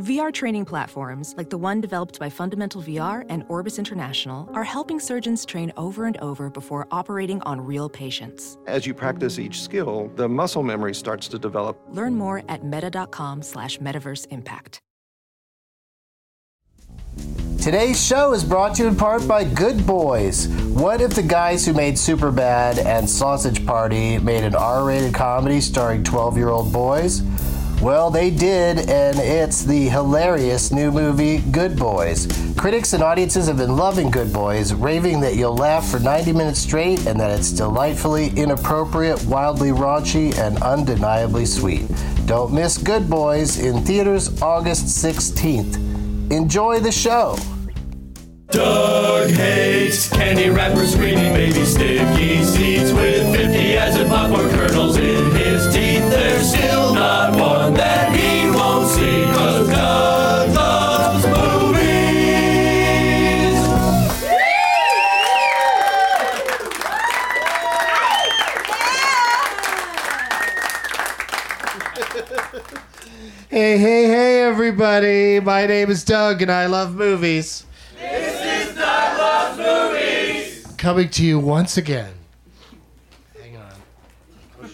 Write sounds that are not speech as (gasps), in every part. VR training platforms, like the one developed by Fundamental VR and Orbis International, are helping surgeons train over and over before operating on real patients. As you practice each skill, the muscle memory starts to develop. Learn more at meta.com slash metaverse impact. Today's show is brought to you in part by Good Boys. What if the guys who made Superbad and Sausage Party made an R rated comedy starring 12 year old boys? Well, they did, and it's the hilarious new movie Good Boys. Critics and audiences have been loving Good Boys, raving that you'll laugh for 90 minutes straight and that it's delightfully inappropriate, wildly raunchy, and undeniably sweet. Don't miss Good Boys in theaters August 16th. Enjoy the show! Doug hates candy wrappers, screaming baby sticky seeds with 50 as and popcorn kernels in his teeth. There's still not one that he won't see, cause Doug loves movies. Hey, hey, hey, everybody. My name is Doug and I love movies. This is Doug Loves Movies. Coming to you once again. Hang on.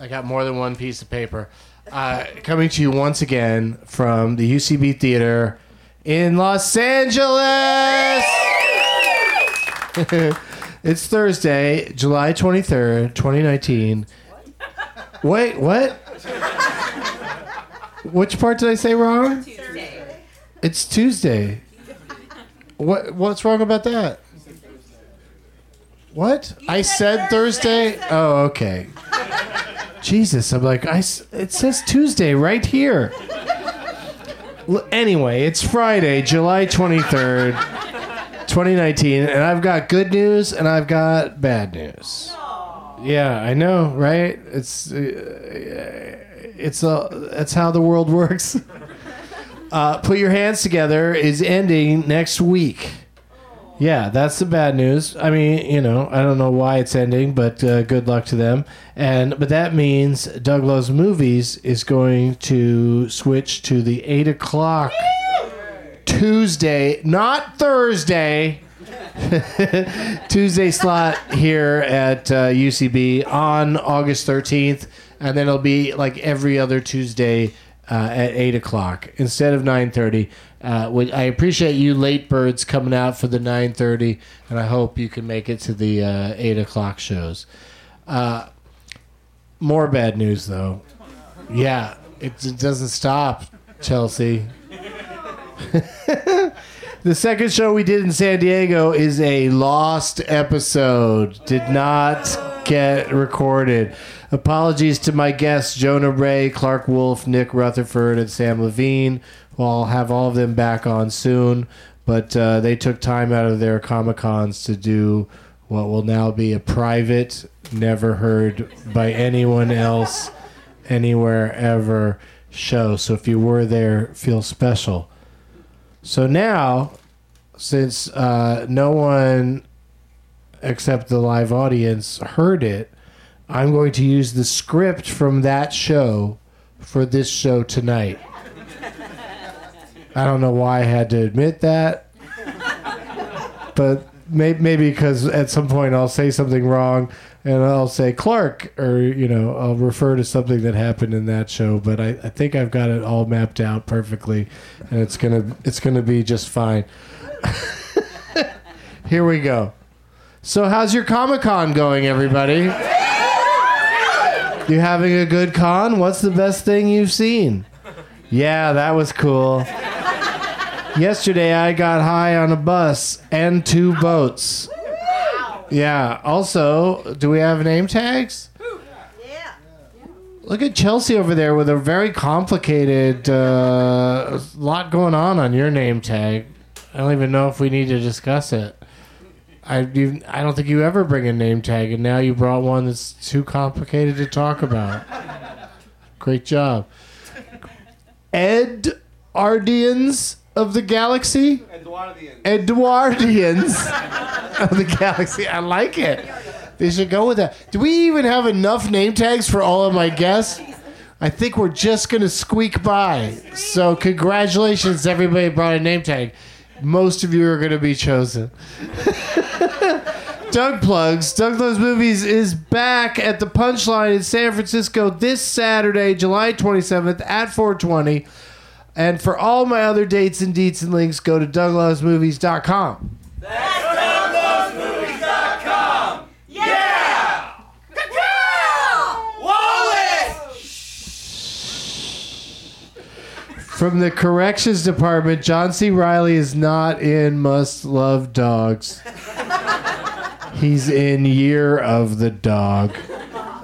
I got more than one piece of paper. Uh, coming to you once again from the UCB Theater in Los Angeles. (laughs) it's Thursday, July 23rd, 2019. Wait, what? Which part did I say wrong? Tuesday. It's Tuesday. What what's wrong about that? What? I said Thursday. Oh, okay. Jesus, I'm like I s- it says Tuesday right here. L- Anyway, it's Friday, July 23rd, 2019, and I've got good news and I've got bad news. Yeah, I know, right? It's uh, it's a that's how the world works. Uh, Put your hands together is ending next week. Yeah, that's the bad news. I mean, you know, I don't know why it's ending, but uh, good luck to them. And but that means Doug Loves Movies is going to switch to the eight o'clock Tuesday, not Thursday. Tuesday slot here at uh, UCB on August 13th, and then it'll be like every other Tuesday uh, at eight o'clock instead of 9:30. Uh, which I appreciate you late birds coming out for the 9:30, and I hope you can make it to the uh, eight o'clock shows. Uh, more bad news though. Yeah, it, it doesn't stop, Chelsea. The second show we did in San Diego is a lost episode. Did not get recorded. Apologies to my guests, Jonah Ray, Clark Wolf, Nick Rutherford, and Sam Levine. Well, I'll have all of them back on soon, but uh, they took time out of their Comic Cons to do what will now be a private, never heard by anyone else anywhere ever show. So if you were there, feel special. So now, since uh, no one except the live audience heard it, I'm going to use the script from that show for this show tonight. I don't know why I had to admit that, but may- maybe because at some point I'll say something wrong and I'll say Clark, or you know, I'll refer to something that happened in that show. But I, I think I've got it all mapped out perfectly, and it's gonna it's gonna be just fine. Here we go. So, how's your Comic Con going, everybody? You having a good con? What's the best thing you've seen? Yeah, that was cool. Yesterday, I got high on a bus and two boats. Yeah. Also, do we have name tags? Yeah. Look at Chelsea over there with a very complicated uh, lot going on on your name tag. I don't even know if we need to discuss it. I you, I don't think you ever bring a name tag, and now you brought one that's too complicated to talk about. Great job, Ed Ardians of the Galaxy. Eduardians of the Galaxy. I like it. They should go with that. Do we even have enough name tags for all of my guests? I think we're just going to squeak by. So, congratulations, everybody brought a name tag. Most of you are going to be chosen. Doug Plugs. Doug Plugs Movies is back at the Punchline in San Francisco this Saturday, July 27th at 420. And for all my other dates and deets and links, go to douglovesmovies.com. From the corrections department, John C. Riley is not in Must Love Dogs. He's in Year of the Dog.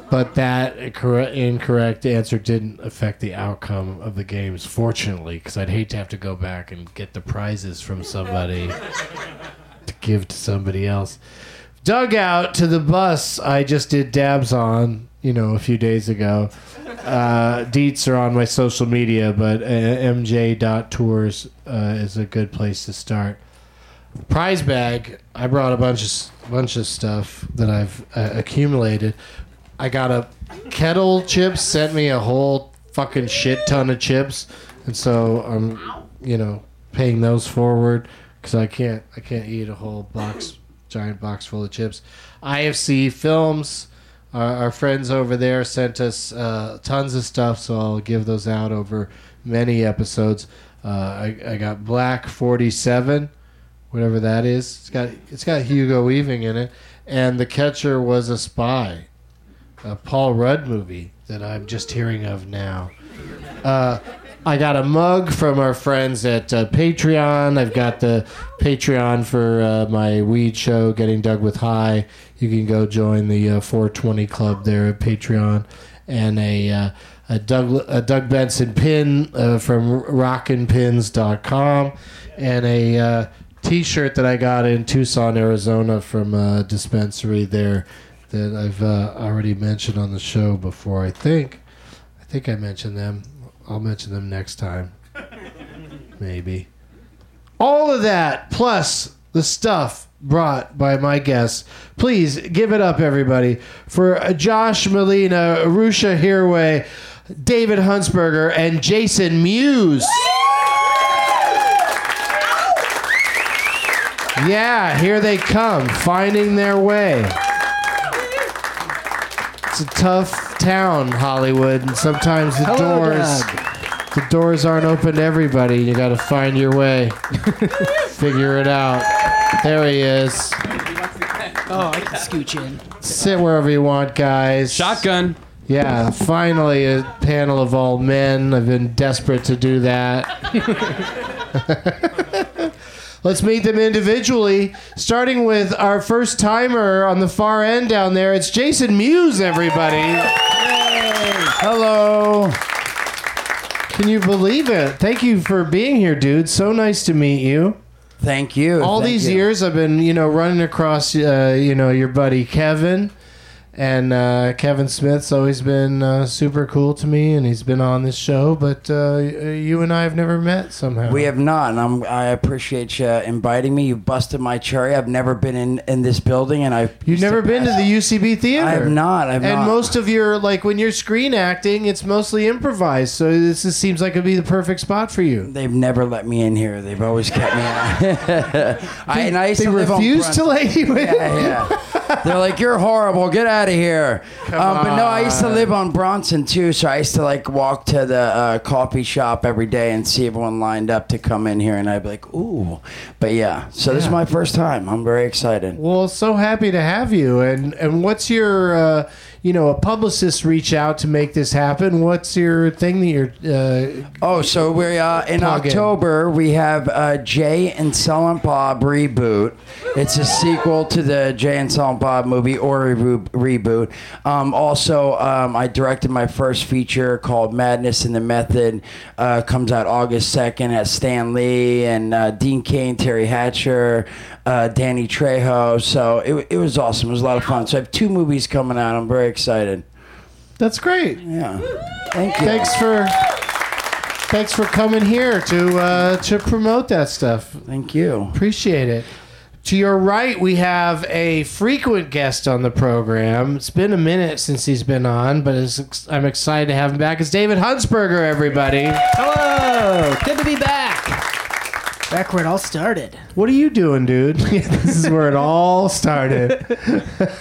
But that correct, incorrect answer didn't affect the outcome of the games, fortunately, because I'd hate to have to go back and get the prizes from somebody to give to somebody else. Dug out to the bus I just did dabs on, you know, a few days ago. Uh, deets are on my social media, but uh, mj.tours uh, is a good place to start prize bag. I brought a bunch of s- bunch of stuff that I've uh, accumulated. I got a kettle chips sent me a whole fucking shit ton of chips, and so I'm you know paying those forward because I can't I can't eat a whole box giant box full of chips. IFC Films. Our, our friends over there sent us uh, tons of stuff, so I'll give those out over many episodes. Uh, I, I got Black 47, whatever that is. It's got it's got Hugo Weaving in it, and the catcher was a spy, a Paul Rudd movie that I'm just hearing of now. Uh, I got a mug from our friends at uh, Patreon. I've got the Patreon for uh, my weed show, Getting Dug with High. You can go join the uh, 420 Club there at Patreon, and a. Uh, a Doug, a Doug Benson pin uh, from rockinpins.com and a uh, T-shirt that I got in Tucson, Arizona, from a dispensary there that I've uh, already mentioned on the show before. I think, I think I mentioned them. I'll mention them next time, maybe. All of that plus the stuff brought by my guests. Please give it up, everybody, for uh, Josh Molina, Arusha Hirway, David Huntsberger, and Jason Mewes. Yeah, here they come, finding their way. It's a tough town, Hollywood, and sometimes the Hello, doors the doors aren't open to everybody. You got to find your way. (laughs) Figure it out. There he is. Oh, I can scooch in. Sit wherever you want, guys. Shotgun. Yeah, finally a panel of all men. I've been desperate to do that. (laughs) Let's meet them individually, starting with our first timer on the far end down there. It's Jason Mewes, everybody. Hello. Can you believe it? Thank you for being here, dude. So nice to meet you Thank you. all Thank these you. years I've been you know running across uh, you know your buddy Kevin and uh, Kevin Smith's always been uh, super cool to me and he's been on this show but uh, you and I have never met somehow We have not, and I'm, I appreciate you inviting me. You busted my cherry. I've never been in, in this building, and I've You've never been to the UCB theater. I have not, I have and not. most of your like when you're screen acting, it's mostly improvised. So this is, seems like it'd be the perfect spot for you. They've never let me in here. They've always kept me out. (laughs) I, and I used They to live on refuse to Brunswick. let you in. yeah, yeah. They're like, you're horrible. Get out of here. Um, but no, I used to live on Bronson too, so I used to like walk to the uh, coffee shop every day and see everyone lined up to come in here, and I'd be like, ooh. But yeah, so this is my first time. I'm very excited. Well, so happy to have you. And and what's your uh, you know, a publicist reach out to make this happen? What's your thing that you're? Uh, Oh, so we're uh, in Plug in. October. We have uh, Jay and Silent Bob reboot. It's a sequel to the Jay and Silent Bob movie or a re- reboot. Um, also, um, I directed my first feature called Madness and the Method. Uh, comes out August second. Has Stan Lee and uh, Dean Kane, Terry Hatcher, uh, Danny Trejo. So it, wa- it was awesome. It was a lot of fun. So I have two movies coming out. I'm very excited. that's great. Yeah. Thank you. Thanks for. Thanks for coming here to uh, to promote that stuff. Thank you. Appreciate it. To your right, we have a frequent guest on the program. It's been a minute since he's been on, but it's, I'm excited to have him back. It's David Huntsberger, everybody. Hello, good to be back. Back where it all started. What are you doing, dude? (laughs) this is where it all (laughs) started.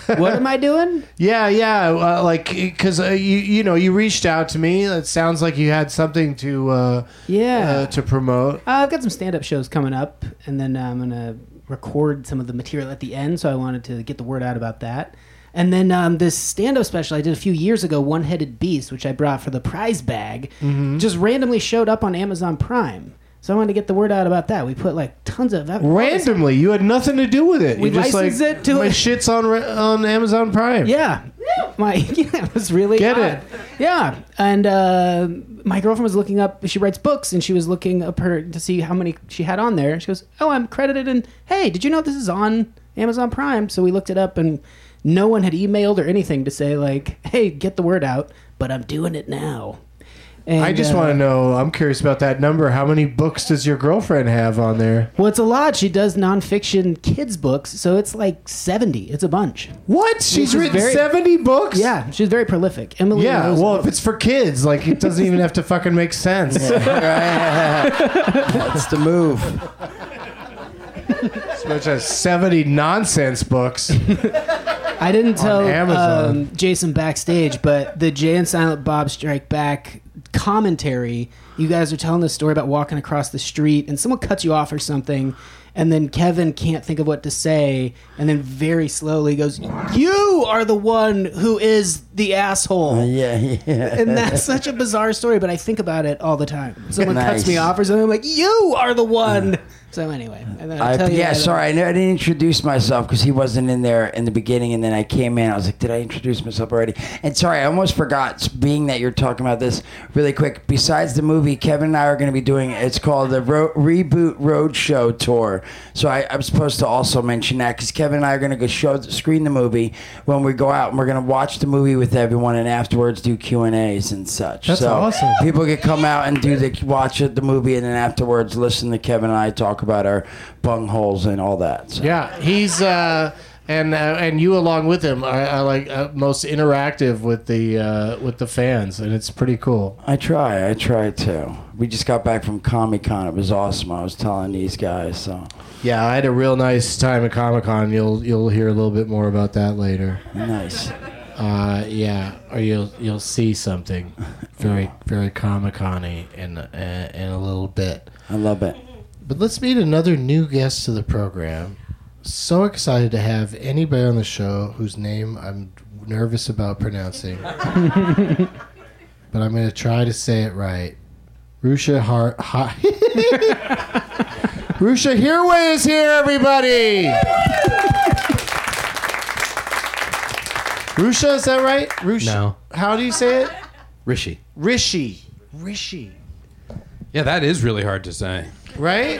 (laughs) What am I doing? Yeah, yeah. Uh, like, because uh, you you know you reached out to me. It sounds like you had something to uh, uh, Yeah, to promote. uh, I've got some stand-up shows coming up, and then uh, I'm gonna record some of the material at the end. So I wanted to get the word out about that. And then um, this stand-up special I did a few years ago, One Headed Beast, which I brought for the prize bag, just randomly showed up on Amazon Prime. So I wanted to get the word out about that. We put like tons of Randomly, you had nothing to do with it. We you just licensed like, it to- my shits on Re- on Amazon Prime. Yeah. My (laughs) yeah, it was really Get odd. it. Yeah, and uh, my girlfriend was looking up. She writes books, and she was looking up her to see how many she had on there. She goes, "Oh, I'm credited." And hey, did you know this is on Amazon Prime? So we looked it up, and no one had emailed or anything to say like, "Hey, get the word out." But I'm doing it now. And, I just uh, want to know. I'm curious about that number. How many books does your girlfriend have on there? Well, it's a lot. She does nonfiction kids books, so it's like seventy. It's a bunch. What? She's is written very- 70 books? Yeah, she's very prolific. Emily. Yeah, Rose- well, if it's for kids, like it doesn't even have to fucking make (laughs) sense. That's the move. Which has 70 nonsense books. I didn't tell Amazon. um, Jason backstage, but the Jay and Silent Bob Strike Back commentary. You guys are telling this story about walking across the street, and someone cuts you off or something, and then Kevin can't think of what to say, and then very slowly goes, "You are the one who is the asshole." (laughs) Yeah, yeah. And that's such a bizarre story, but I think about it all the time. Someone Nice. cuts me off or something, I'm like, "You are the one." So anyway, and then I'll I, tell you yeah, later. sorry, I kn- I didn't introduce myself because he wasn't in there in the beginning, and then I came in. I was like, "Did I introduce myself already?" And sorry, I almost forgot. s- Being that you're talking about this really quick, besides the movie, Kevin and I are going to be doing. It's called the Ro- Reboot Roadshow Tour. So I, I'm supposed to also mention that because Kevin and I are going to go show screen the movie when we go out, and we're going to watch the movie with everyone, and afterwards do Q and A's and such. That's so awesome. People could come out and do the watch it, the movie, and then afterwards listen to Kevin and I talk about our bungholes and all that. So. yeah, he's uh, and uh, and you along with him are, are like uh, most interactive with the uh, with the fans, and it's pretty cool. I try, I try to. We just got back from Comic Con. It was awesome. I was telling these guys. So Yeah, I had a real nice time at Comic Con. You'll you'll hear a little bit more about that later. nice. Uh, yeah, or you'll you'll see something very very Comic Con-y in uh, in a little bit. I love it. But let's meet another new guest to the program. So excited to have anybody on the show whose name I'm nervous about pronouncing. but I'm going to try to say it right. Rusha Har. (laughs) Ha- Rusha Hirway is here, everybody! Rusha, is that right? Rusha. No. How do you say it? Rishi. Rishi. Rishi. Yeah, that is really hard to say. right?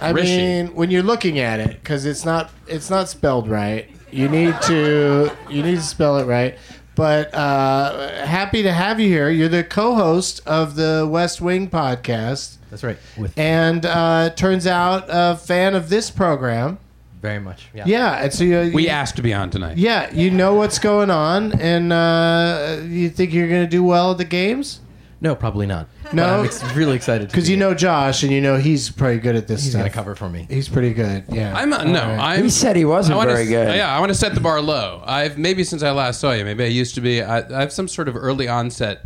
I Rishi. mean, when you're looking at it, because it's not it's not spelled right. You need to you need to spell it right. But uh, happy to have you here. You're the co-host of the West Wing podcast, That's right. With and uh, turns out a fan of this program. very much. Yeah, and so you, We you- asked to be on tonight. yeah, you know what's going on, and uh, you think you're going to do well at the games No, probably not. No? But I'm ex- really (laughs) excited to because be you here. know Josh, and you know he's pretty good at this he's stuff. gonna cover for me. He's pretty good. Yeah, I'm uh, no. All right. I'm, He said he wasn't wanna, very good. Yeah, I want to set the bar low. I've maybe since I last saw you, maybe I used to be. I, I have some sort of early onset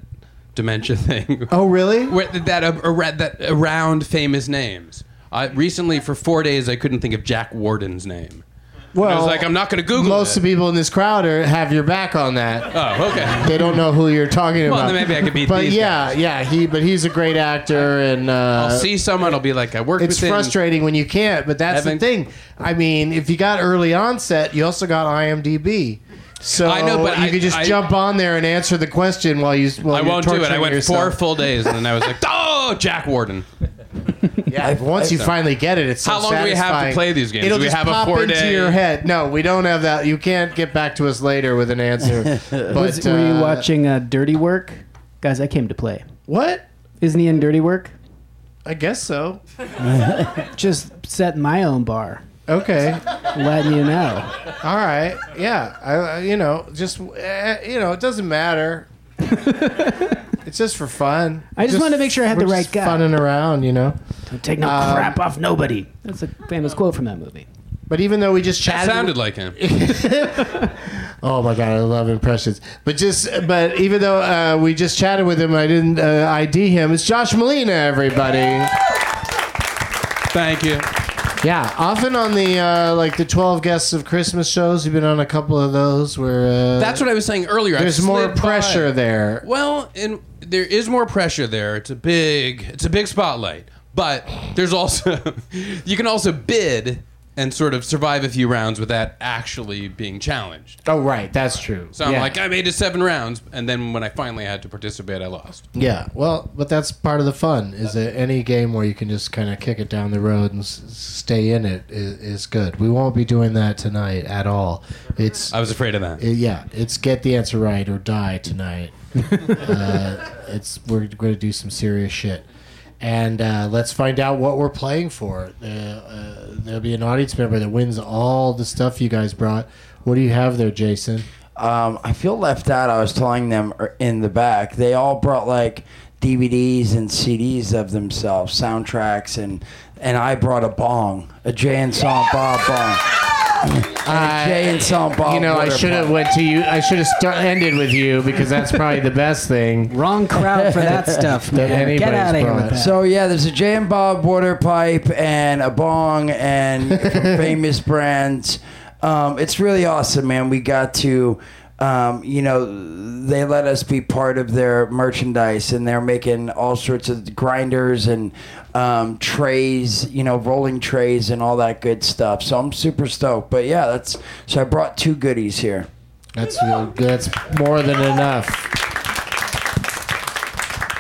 dementia (laughs) thing. Oh, really? Where, that uh, around, that around famous names. I recently for four days I couldn't think of Jack Warden's name. Well, I was like, I'm not going to Google most it. of the people in this crowd are, have your back on that. oh, (laughs) okay. They don't know who you're talking Well, about. then maybe I could beat But these yeah, yeah, he but he's a great actor, and uh, I'll see someone. I'll be like, I worked it's with him. frustrating when you can't. But that's Evan- the thing. I mean, if you got early onset, you also got IMDb. So I know, but you I- could just I- jump on there and answer the question while you. While I you're won't do it. I torturing went four yourself. full days, and then I was (laughs) like, oh, Jack Warden. Yeah, once you finally get it, it's so How long do we have to satisfying. play these games? It'll Do we just have a pop four into day- your head. No, we don't have that. You can't get back to us later with an answer. (laughs) But Was, were you uh, watching uh, Dirty Work? Guys, I came to play. What? Isn't he in Dirty Work? I guess so. Just set my own bar, Okay. letting you know. All right. Yeah. I, I- you know, just uh, you know, it doesn't (laughs) matter. it's just for fun. I just wanted to make sure I had we're the right just guy. Funning around, you know. Don't take no crap off nobody. That's a famous quote from that movie. But even though we just That chatted, sounded like him. Oh my god, I love impressions. But just, but even though uh, we just chatted with him, I didn't uh, ID him. It's Josh Molina, everybody. Thank you. Yeah, often on the uh, like the twelve guests of Christmas shows, you've been on a couple of those where uh, That's what I was saying earlier. I there's slid more by. pressure there. Well, and there is more pressure there. It's a big, it's a big spotlight. But there's also, (laughs) you can also bid and sort of survive a few rounds without actually being challenged. Oh right, that's true. So I'm yeah. like, "Ah." I made it seven rounds, and then when I finally had to participate, I lost. yeah, well, but that's part of the fun. Is that any game where you can just kind of kick it down the road and s- stay in it is, is good. We won't be doing that tonight at all. It's I was afraid of that. Uh, yeah, it's get the answer right or die tonight. (laughs) uh, it's we're going to do some serious shit, and uh, let's find out what we're playing for. Uh, uh, there'll be an audience member that wins all the stuff you guys brought. What do you have there, Jason? Um, I feel left out. I was telling them er, in the back. They all brought like DVDs and CDs of themselves, soundtracks, and and I brought a bong, a Jay and Silent Bob bong. (laughs) I- And a Jay and Silent Bob. you know, I water should have bong. went to you. I should have st- ended with you because that's probably the best thing. Wrong crowd for (laughs) that stuff, That man. anybody's Get out of here with brought. that. So yeah, there's a Jay and Bob water pipe and a bong and from famous brands. Um, it's really awesome, man. We got to, um, you know, they let us be part of their merchandise, and they're making all sorts of grinders and um, trays, you know, rolling trays and all that good stuff. So I'm super stoked. But yeah, that's so I brought two goodies here. That's that's more than enough.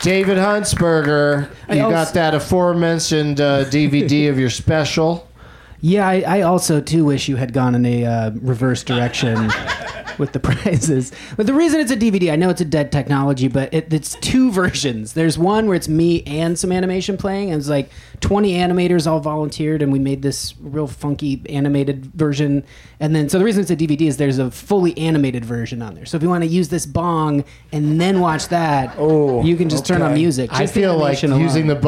David Huntsberger, you I got also- that aforementioned uh, DVD of your special. Yeah, I, I also too wish you had gone in a uh, reverse direction with the prizes. But the reason it's a DVD, I know it's a dead technology, but it, it's two versions. There's one where it's me and some animation playing, and it's like 20 animators all volunteered, and we made this real funky animated version. And then, so the reason it's a DVD is there's a fully animated version on there. So if you want to use this bong and then watch that, Oh, you can just turn on okay. music. I (laughs) Just the feel like animation using the alone.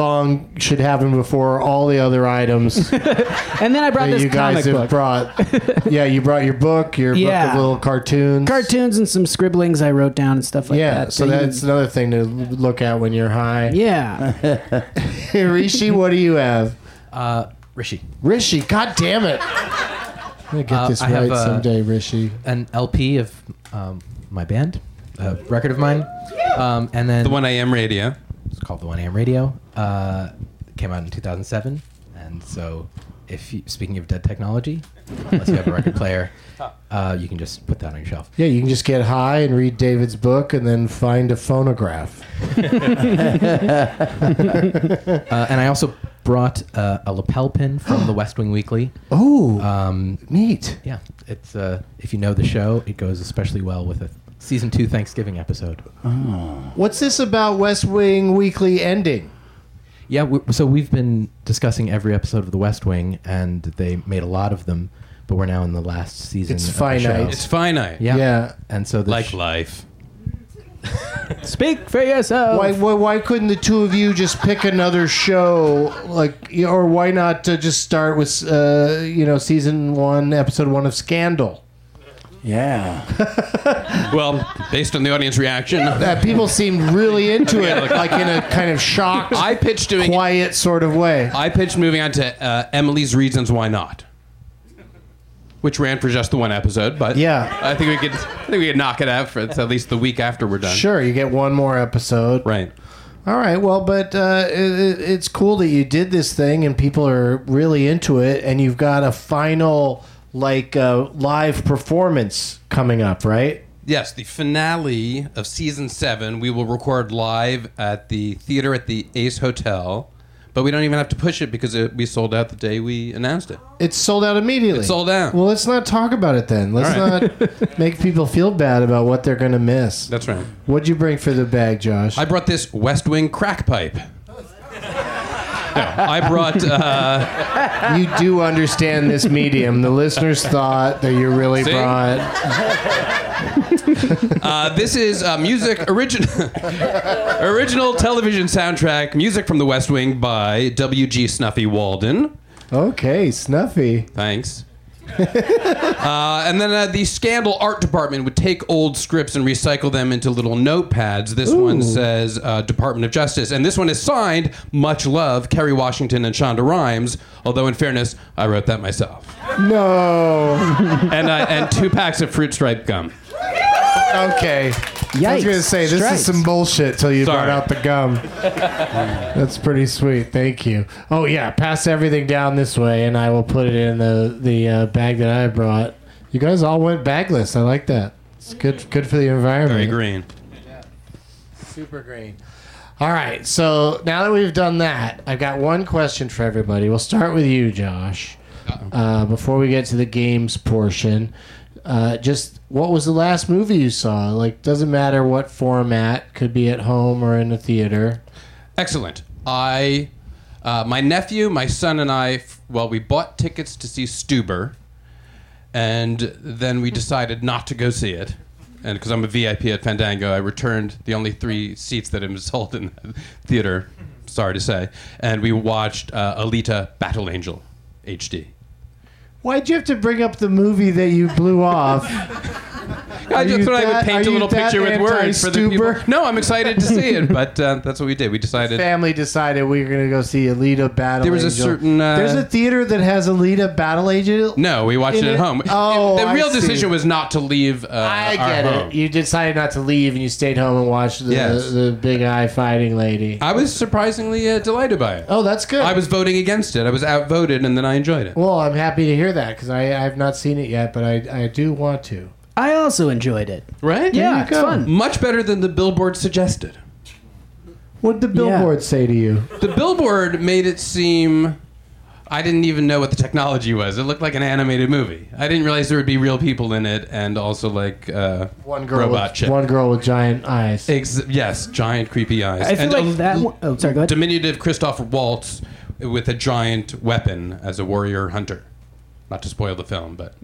bong should happen before all the other (laughs) items that and then I brought this you guys comic have book. (laughs) brought. Yeah, you brought your book, your book Yeah. of little cartoons. cartoons and some scribblings I wrote down and stuff like Yeah, that. so you can- that's another thing to look at when you're high. yeah. (laughs) Rishi, what do you have? Uh, Rishi, Rishi, god (laughs) damn it. I'm gonna get Uh, this I right have, uh, someday, Rishi. an LP of um, my band, a record of mine, um, and then The 1 a.m. radio. it's called the One AM Radio. Uh, came out in 2007, and so if you, speaking of dead technology, unless you have a record player, uh, you can just put that on your shelf. Yeah, you can just get high and read David's book and then find a phonograph. Uh, and I also brought uh, a lapel pin (gasps) from the West Wing Weekly. Oh, Um, neat. yeah, it's uh, if you know the show, it goes especially well with a season two Thanksgiving episode. What's this about West Wing Weekly ending? Yeah, we, so we've been discussing every episode of The West Wing, and they made a lot of them, but we're now in the last season. It's of the finite. show. It's finite. yeah. Yeah. and so the Like sh- life. Speak for yourself. Oh. Why, why, why couldn't the two of you just pick another show? Like, y- or why not uh, just start with, uh, you know, season one, episode one of Scandal? Yeah. Well, based on the audience (laughs) reaction, That Uh, people seemed really (laughs) into it, like in a kind of shocked, I pitched doing. quiet sort of way. I pitched moving on to uh, Emily's reasons why not, which ran for just the one episode. But Yeah. I think we could I think we could knock it out for at least the week after we're done. Sure, you get one more episode. Right. All right. Well, but uh, it, it- it's cool that you did this thing and people are really into it, and you've got a final like uh, live performance coming up, right? Yes, the finale of season seven we will record live at the theater at the Ace Hotel, but we don't even have to push it because it, we sold out the day we announced it. It's sold out immediately. It's sold out. Well, let's not talk about it then. Let's All (laughs) not make people feel bad about what they're going to miss. That's right. What'd you bring for the bag, Josh? I brought this West Wing crack pipe. No, I brought. Uh, you do understand this medium. The listeners thought that you really See? brought. Uh, this is uh, music origin- (laughs) original television soundtrack music from The West Wing by W.G. Snuffy Walden. Okay, Snuffy. Thanks. (laughs) uh, and then uh, the Scandal Art Department would take old scripts and recycle them into little notepads. This one says uh, Department of Justice, and this one is signed Much Love, Kerry Washington and Shonda Rhimes. Although, in fairness, I wrote that myself, No. and uh, and two packs of fruit stripe gum. Okay. I was Yikes. gonna say this Stripes. is some bullshit till you brought Sorry. out the gum. That's pretty sweet. Thank you. Oh yeah, pass everything down this way, and I will put it in the the uh, bag that I brought. You guys all went bagless. I like that. It's good good for the environment. Very green. Super green. All right. So now that we've done that, I've got one question for everybody. We'll start with you, Josh. Uh, before we get to the games portion, uh, just what was the last movie you saw? Like, doesn't matter what format. Could be at home or in a theater. Excellent. I, uh, my nephew, my son, and I. f- Well, we bought tickets to see Stuber, and then we decided not to go see it. And because I'm a VIP at Fandango, I returned the only three seats that had been sold in the theater. Sorry to say. And we watched uh, Alita: Battle Angel, HD. Why'd you have to bring up the movie that you (laughs) blew off? I you just thought I that- would paint are a you little that picture with words for the people. anti-Stuber? No, I'm excited to see it, but uh, that's what we did. (laughs) We decided. Family decided we were going to go see Alita Battle. There was a Angel. certain, uh, There's a theater that has Alita Battle Angel. No, we watched In it it- at home. Oh, the I real see. decision was not to leave. Uh, I our get it. home. You decided not to leave and you stayed home and watched the, Yes. the big eye fighting lady. I was surprisingly uh, delighted by it. oh, that's good. I was voting against it. I was outvoted, and then I enjoyed it. Well, I'm happy to hear that because I, I have not seen it yet, but I, I do want to. I also enjoyed it. Right? Yeah, it's fun. Much better than the billboard suggested. What'd the billboard say to you? The billboard made it seem. I didn't even know what the technology was. It looked like an animated movie. I didn't realize there would be real people in it, and also like uh, One girl, robot with, shit. one girl with giant eyes. Ex- yes, giant creepy eyes. I feel And um, like a- that. One, oh, sorry. Go ahead. diminutive Christoph Waltz with a giant weapon as a warrior hunter. Not to spoil the film, but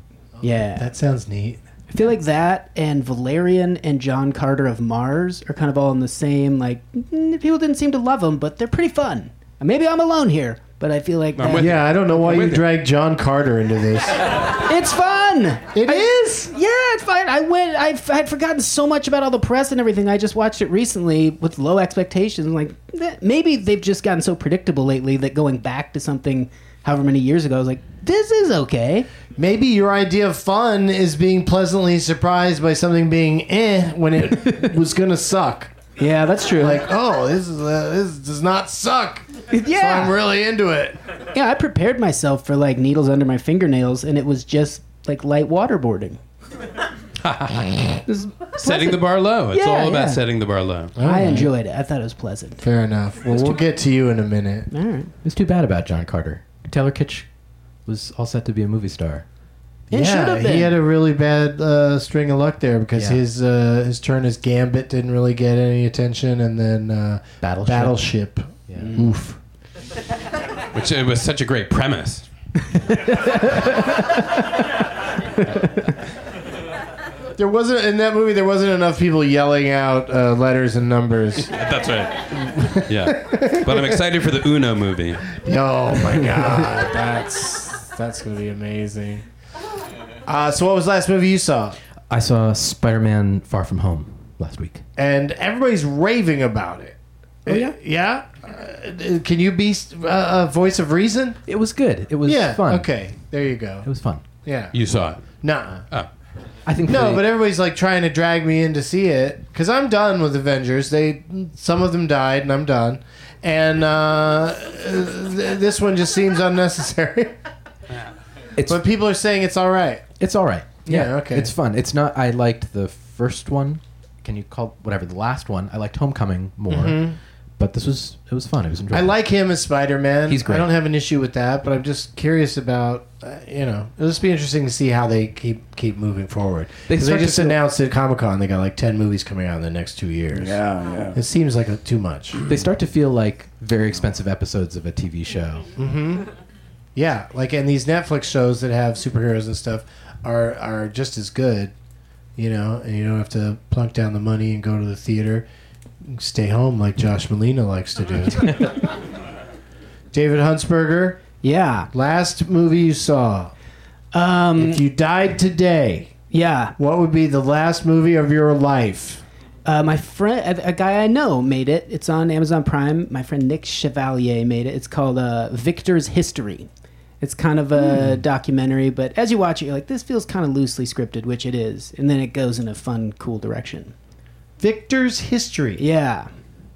yeah, that sounds neat. I feel like that and Valerian and John Carter of Mars are kind of all in the same. Like mm, people didn't seem to love them, but they're pretty fun. And Maybe I'm alone here, but I feel like that- with- Yeah, I don't know why you With it. dragged John Carter into this. (laughs) it's fun. It is. It Yeah, it's fun. I went. I f- had forgotten so much about all the press and everything. I just watched it recently with low expectations. Like eh, maybe they've just gotten so predictable lately that going back to something however many years ago, I was like, this is okay. Maybe your idea of fun is being pleasantly surprised by something being eh when (laughs) it was gonna suck. Yeah, that's true. Like, (laughs) oh, this is uh, this does not suck. So yeah, I'm really into it. Yeah, I prepared myself for like needles under my fingernails, and it was just like light waterboarding. It was setting the pleasant. bar low. It's Yeah, all about yeah. setting the bar low. I enjoyed it. I thought it was pleasant. Fair enough. Well, we'll get to you in a minute. All right, It's too bad about John Carter. Taylor Kitsch was all set to be a movie star. it should have been. He had a really bad uh, string of luck there because Yeah. his uh, his turn as Gambit didn't really get any attention, and then uh, Battleship. Battleship. Yeah. Oof. Which it was such a great premise. There wasn't in that movie. There wasn't enough people yelling out uh, letters and numbers. That's right. Yeah. But I'm excited for the Uno movie. oh (laughs) my god, that's that's gonna be amazing. Uh, so, what was the last movie you saw? I saw Spider-Man: Far From Home last week. And everybody's raving about it. Oh yeah, yeah. Uh, can you be uh, a voice of reason? It was good. It was Yeah. fun. Okay. There you go. It was fun. Yeah. You saw it. Nuh-uh. Oh. I think No, they- but everybody's like trying to drag me in to see it because I'm done with Avengers. They some of them died, and I'm done. And uh, th- this one just seems unnecessary. (laughs) It's but people are saying it's all right. It's all right. Yeah, okay. It's fun. It's not. I liked the first one. Can you call whatever the last one? I liked Homecoming more, Mm-hmm. but this was it was fun. It was enjoyable. I like him as Spider Man. He's great. I don't have an issue with that, but I'm just curious about uh, you know. It'll just be interesting to see how they keep keep moving forward. 'Cause They They, start to just feel- announced at Comic Con they got like ten movies coming out in the next two years. Yeah, yeah. It seems like a, too much. They start to feel like very expensive episodes of a TV show. Yeah, like and these Netflix shows that have superheroes and stuff are are just as good, you know, and you don't have to plunk down the money and go to the theater. Stay home like Josh Molina likes to do. David Huntsberger, yeah, last movie you saw. um, If you died today, yeah. what would be the last movie of your life? Uh, my friend, a, a guy I know, made it. It's on Amazon Prime. My friend Nick Chevalier made it. It's called uh, Victor's History. It's kind of a documentary, but as you watch it, you're like, this feels kind of loosely scripted, which it is, and then it goes in a fun, cool direction. Victor's history. Yeah.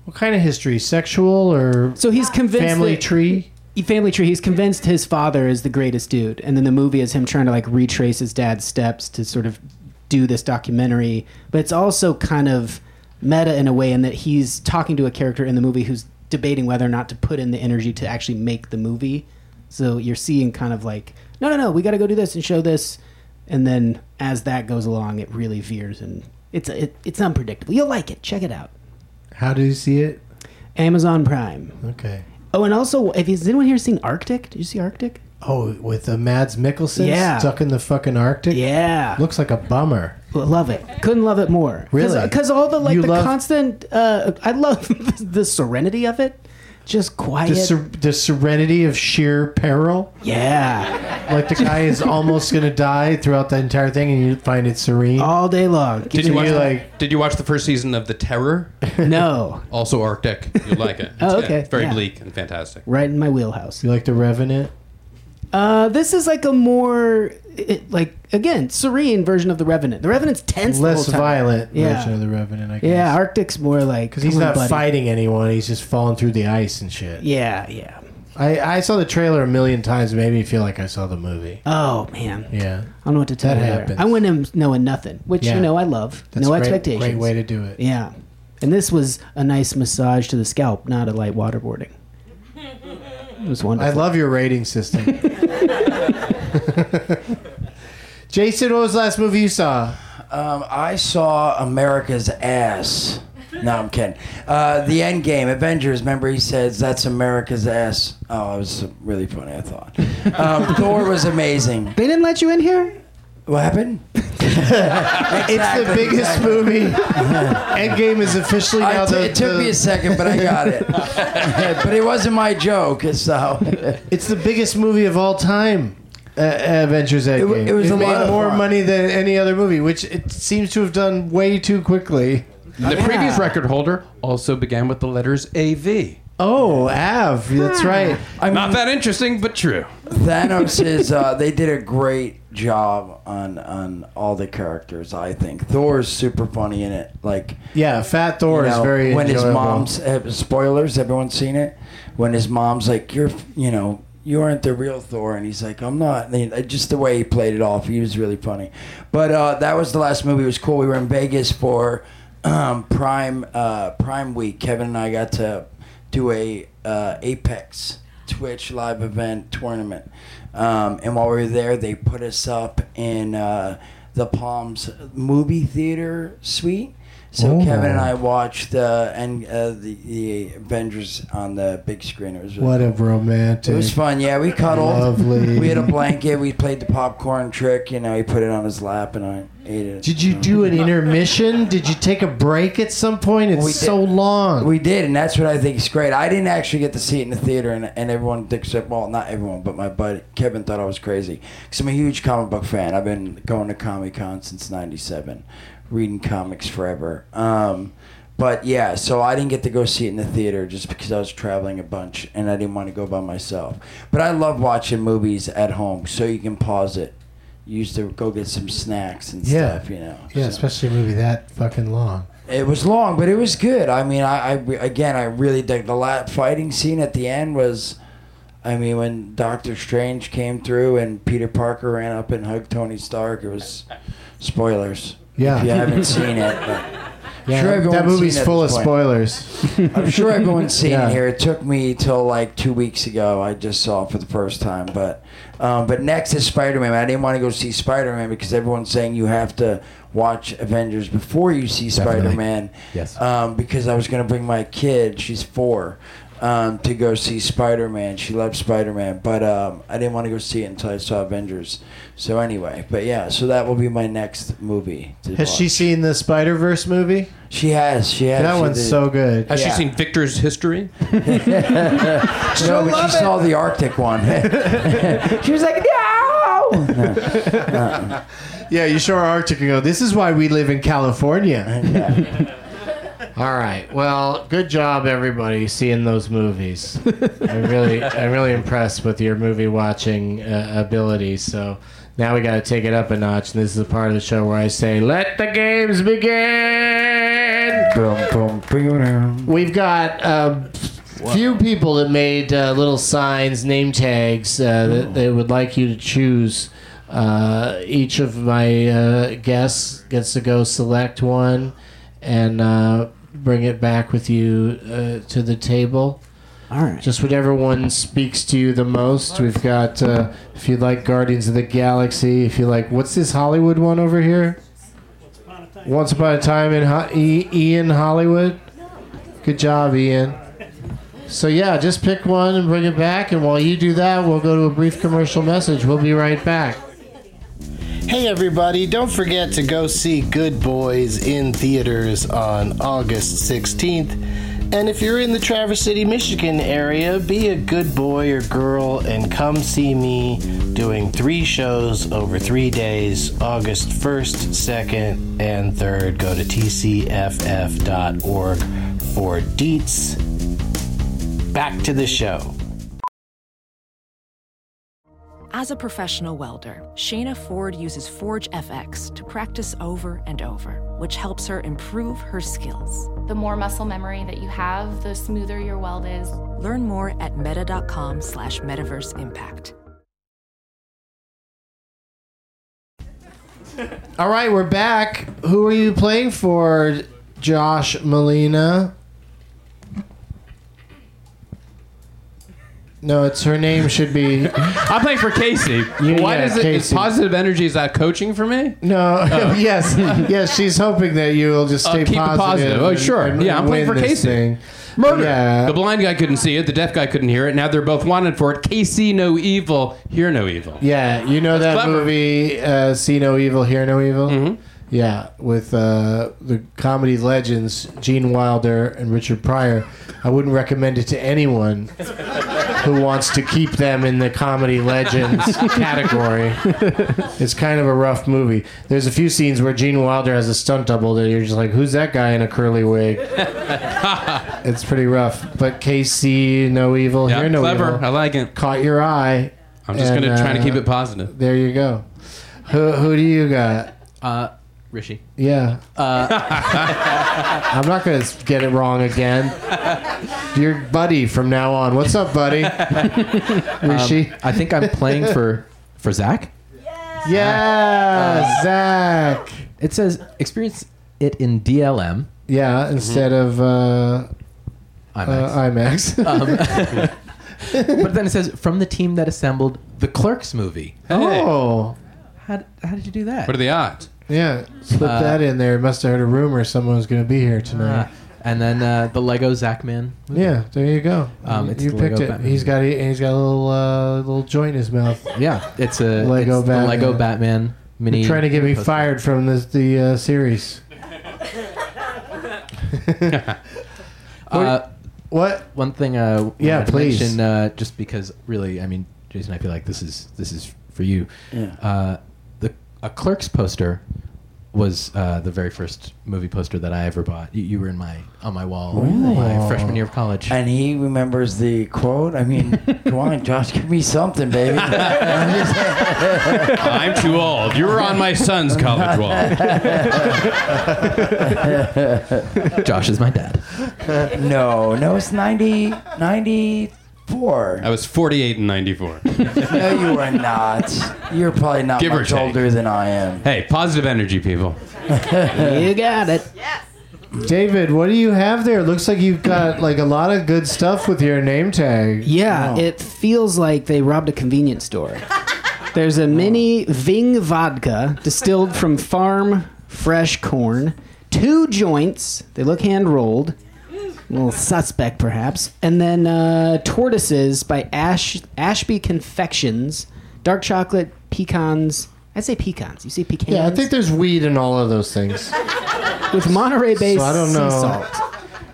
What kind of history? Sexual or So he's convinced family that- tree? family tree. He's convinced his father is the greatest dude, and then the movie is him trying to like retrace his dad's steps to sort of do this documentary. But it's also kind of meta in a way in that he's talking to a character in the movie who's debating whether or not to put in the energy to actually make the movie. So you're seeing kind of like, no, no, no, we got to go do this and show this, and then as that goes along, it really veers and it's it, it's unpredictable. You'll like it. Check it out. How do you see it? Amazon Prime. Okay. Oh, and also, if has anyone here seen Arctic? Did you see Arctic? Oh, with the Mads Mikkelsen Yeah. stuck in the fucking Arctic. Yeah, looks like a bummer. Lo- love it. Couldn't love it more. Really? because all the like You the love- constant. Uh, I love (laughs) the, the serenity of it. Just quiet. The, ser- the serenity of sheer peril. yeah, Like the guy (laughs) is almost gonna die throughout the entire thing, and you find it serene. all day long. Did So you watch? you the- like- did you watch the first season of The Terror? no, Also Arctic. You'd (laughs) like it. It's, Oh, yeah, okay. it's very Yeah. bleak and fantastic. right in my wheelhouse. You like the Revenant? Uh, this is like a more it, like again serene version of the Revenant. The Revenant's tense, the Less whole time. violent Yeah. version of the Revenant, I guess. Yeah, Arctic's more like because he's come on, not buddy. fighting anyone; he's just falling through the ice and shit. Yeah, yeah. I, I saw the trailer a million times. It made me feel like I saw the movie. Oh man, Yeah, I don't know what to tell That you. there. happens. I went in knowing nothing, which Yeah. you know I love. That's no a great, expectations. Great way to do it. Yeah. And this was a nice massage to the scalp, not a light waterboarding. It was I wonderful. love your rating (laughs) system. Jason, what was the last movie you saw? Um, I saw America's ass. No, I'm kidding. Uh, the end game, Avengers. Remember, he says that's America's ass. Oh, it was really funny. I thought (laughs) um, Thor was amazing. they didn't let you in here? What happened? It's the biggest movie. (laughs) Endgame is officially I now t- the, it took the- me a second, but I (laughs) got it. but it wasn't my joke, so It's the biggest movie of all time. Uh, Avengers Endgame. it was a made lot of more fun. money than any other movie, which it seems to have done way too quickly. Oh, The previous record holder also began with the letters AV. Oh, Av, that's Ah. right. I mean, Not that interesting, but true. Thanos is. Uh, they did a great job on on all the characters. I think Thor is super funny in it. Like. Yeah, Fat Thor you know, is very when his enjoyable. mom's uh, spoilers everyone's seen it when his mom's like you're you know you aren't the real thor and he's like i'm not and they- just the way he played it off he was really funny but uh, that was the last movie it was cool we were in vegas for um, prime uh, prime week kevin and i got to do a uh, apex twitch live event tournament um, and while we were there they put us up in uh, the palms movie theater suite Oh. so Kevin and I watched uh, and uh, the, the Avengers on the big screen. It was really What a romantic. it was fun. Yeah, we cuddled. Lovely. We had a blanket. We played the popcorn trick. You know, he put it on his lap, and I ate it. Did you do an intermission? Did you take a break at some point? It's We did. so long. We did, and that's what I think is great. I didn't actually get to see it in the theater, and, and everyone thinks that, well, not everyone, but my buddy Kevin thought I was crazy. Because I'm a huge comic book fan. I've been going to Comic Con since 97, reading comics forever. Um, but yeah, so I didn't get to go see it in the theater just because I was traveling a bunch and I didn't want to go by myself. But I love watching movies at home, so you can pause it used to go get some snacks and Yeah. stuff. You know. Yeah, so. especially a movie that fucking long. It was long, but it was good. I mean, I, I again, I really dug the la fighting scene at the end was. I mean, when Doctor Strange came through and Peter Parker ran up and hugged Tony Stark, it was spoilers. Yeah. if you haven't seen it. But Yeah, Sure, that- that everyone's movie's seen it at full of this point. spoilers. I'm sure everyone's seen Yeah. it here. It took me till like two weeks ago. I just saw it for the first time. But um, but next is Spider Man. I didn't want to go see Spider Man because everyone's saying you have to watch Avengers before you see Definitely. Spider Man. Yes. Um, because I was going to bring my kid. She's four. Um, to go see Spider Man. She loves Spider Man, but um, I didn't want to go see it until I saw Avengers. So anyway, but yeah, so that will be my next movie. To Has she watch. seen the Spider Verse movie? She has. She has. that She one's did. so good. Has she Yeah. seen Victor's history? No, but she saw the Arctic one. (laughs) she was like, no. Yeah, you sure are to go. This is why we live in California. (laughs) All right. Well, good job, everybody, seeing those movies. I'm really, I'm really impressed with your movie watching uh, ability. So now we got to take it up a notch, and this is the part of the show where I say, "Let the games begin." We've got a few people that made uh, little signs, name tags uh, that they would like you to choose. Uh, each of my uh, guests gets to go select one and uh, bring it back with you uh, to the table. All right. Just whatever one speaks to you the most. We've got, uh, if you like Guardians of the Galaxy, if you like, what's this Hollywood one over here? Once Upon a Time in Ho- e- Ian Hollywood. Good job, Ian. So, yeah, just pick one and bring it back. And while you do that, we'll go to a brief commercial message. We'll be right back. Hey everybody, don't forget to go see Good Boys in theaters on August 16th. And if you're in the Traverse City, Michigan area, be a good boy or girl and come see me doing three shows over three days August 1st, 2nd, and 3rd. Go to tcff.org for deets. Back to the show. As a professional welder, Shayna Ford uses Forge FX to practice over and over, which helps her improve her skills. The more muscle memory that you have, the smoother your weld is. Learn more at meta.com slash metaverse impact. All right, we're back. Who are you playing for, Josh Molina? No, it's her name should be I'm playing for Casey. You- Why yeah, does it? Is Casey. positive energy is that coaching for me? no. (laughs) (laughs) yes, yes. She's hoping that you'll just Uh, stay keep it positive. positive. Oh. Oh, and- sure. and Yeah, I'm playing win for this Casey. thing. Murder. Yeah. The blind guy couldn't see it. The deaf guy couldn't hear it. Now they're both wanted for it. Casey, no evil. Hear no evil. Yeah, you know that clever. Mm-hmm. movie, uh, See No Evil, Hear No Evil. Yeah, with uh, the comedy legends Gene Wilder and Richard Pryor. I wouldn't recommend it to anyone who wants to keep them in the comedy (laughs) legends category. it's kind of a rough movie. There's a few scenes where Gene Wilder has a stunt double that you're just like, who's that guy in a curly (laughs) wig? it's pretty rough. But KC, No Evil, Yeah, Hear No clever. Evil I like it. caught your eye. I'm just and, gonna try to uh, keep it positive. There you go. Who who do you got? Uh, Rishi. Yeah. Uh, (laughs) I'm not gonna get it wrong again. Your buddy from now on. What's up, buddy? (laughs) Rishi. Um, I think I'm playing for for Zach. uh, yeah, Zach. It says experience it in DLM. Mm-hmm. Yeah, instead of uh, IMAX. uh, (laughs) IMAX. but then it says from the team that assembled the Clerks movie. oh, How, how did you do that? What are the odds? (laughs) yeah. Slip that in there. Must have heard a rumor someone was gonna be here tonight. Uh, and then uh, the Lego Zach Man. Movie. yeah, there you go. Um, it's you the picked Lego it. Batman He's movie. got a, he's got a little uh, little joint in his mouth. Yeah, it's a Lego Lego it's Batman. The Lego Batman mini. You're trying to get me poster. fired from this, the uh, series. (laughs) Uh, What? one thing, uh, Yeah, wanted to please. mention, uh, just because, really, I mean, Jason, I feel like this is this is for you. Uh, the a Clerks poster was uh, the very first movie poster that I ever bought. You, you were in my on my wall my freshman year of college. And he remembers the quote. I (laughs) mean, come on, Josh, give me something, baby. I'm too old. You were on my son's college (laughs) wall. Josh is my dad. no, no, it's 90, 94. I was 48 and 94. No, you (laughs) are not. You're probably not Give or much take. older than I am. Hey, positive energy, people. You got it. David, what do you have there? Looks like you've got like a lot of good stuff with your name tag. Yeah, it feels like they robbed a (laughs) convenience store. There's a mini Ving vodka distilled from farm fresh corn, two joints. They look hand rolled, a little suspect perhaps, and then uh, tortoises by Ash Ashby Confections, dark chocolate pecans. I say pecans. You say pecans. Yeah, I think there's weed in all of those things. with Monterey Bay So I don't know. sea salt.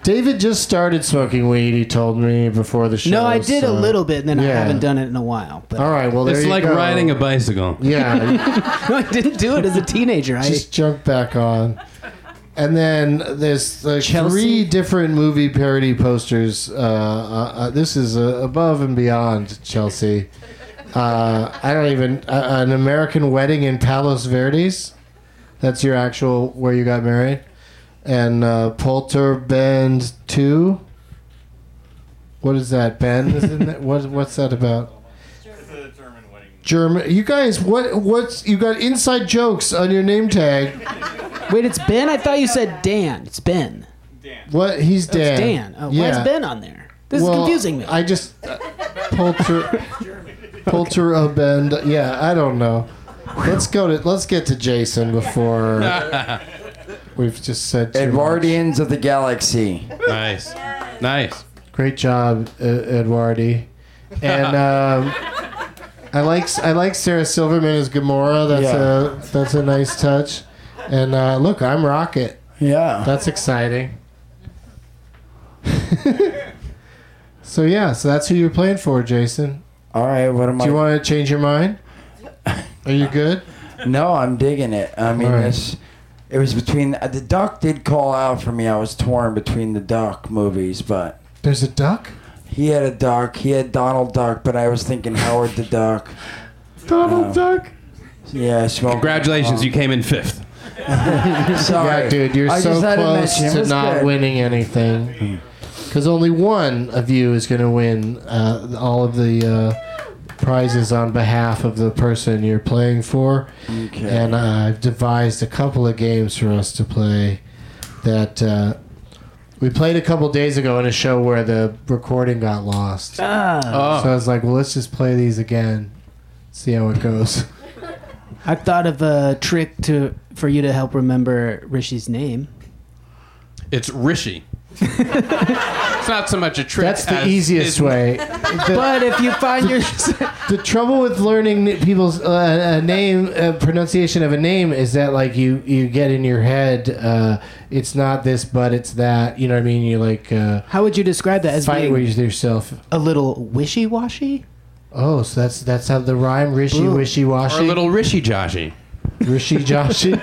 David just started smoking weed. He told me before the show. No, I did so- a little bit, and then I Yeah. haven't done it in a while. But All right, well, there It's you like go. riding a bicycle. Yeah, (laughs) you no, (laughs) I didn't do it as a teenager. I just jump back on. And then there's like Chelsea? three different movie parody posters. Uh, uh, uh, this is uh, above and beyond Chelsea. Uh, I don't even uh, an American wedding in Palos Verdes. That's your actual where you got married, and uh, Polter Bend Two. What is that? Bend? Isn't that, what, what's that about? German. You guys, what? What's you got? Inside jokes on your name tag. Wait, it's Ben? I thought you said Dan. It's Ben. What? He's Dan. It's Dan. Oh, Why is Ben on there? This is Well, confusing me. I just uh, Polter Polter a bend. Yeah, I don't know. Let's go to let's get to Jason before we've just said too much. Edwardians of the Galaxy. Nice. Nice. Great job, uh, Edwardi. And um, I like I like Sarah Silverman as Gamora. That's Yeah. a that's a nice touch. And uh, look, I'm Rocket. Yeah. That's exciting. (laughs) so yeah, so that's who you're playing for, Jason. All right, what am Do you I? want to change your mind? Are you good? No, I'm digging it. I mean, All right. it's, it was between uh, the duck did call out for me. I was torn between the duck movies, but There's a duck. he had a duck. He had Donald Duck, but I was thinking Howard the Duck. Donald Duck. Yeah, smoke. Congratulations, you came in fifth. (laughs) Sorry, Yeah, dude, you're I so just had to close mention it. It to was not good. winning anything. Because only one of you is going to win uh, all of the uh, prizes on behalf of the person you're playing for. Okay. And uh, I've devised a couple of games for us to play that uh, we played a couple days ago in a show where the recording got lost. Oh. Oh. So I was like, well, let's just play these again, see how it goes. I thought of a trick to for you to help remember Rishi's name. It's Rishi. it's not so much a trick. That's the as easiest (laughs) it's- way. But if you (laughs) find your The trouble with learning n- people's uh, a name uh, pronunciation of a name is that like you you get in your head uh, it's not this but it's that you know what I mean you like uh, how would you describe that as fight being with yourself a little wishy-washy? oh so that's that's how the rhyme rishi Ooh. wishy washy Or a little Rishi Joshi. rishi joshy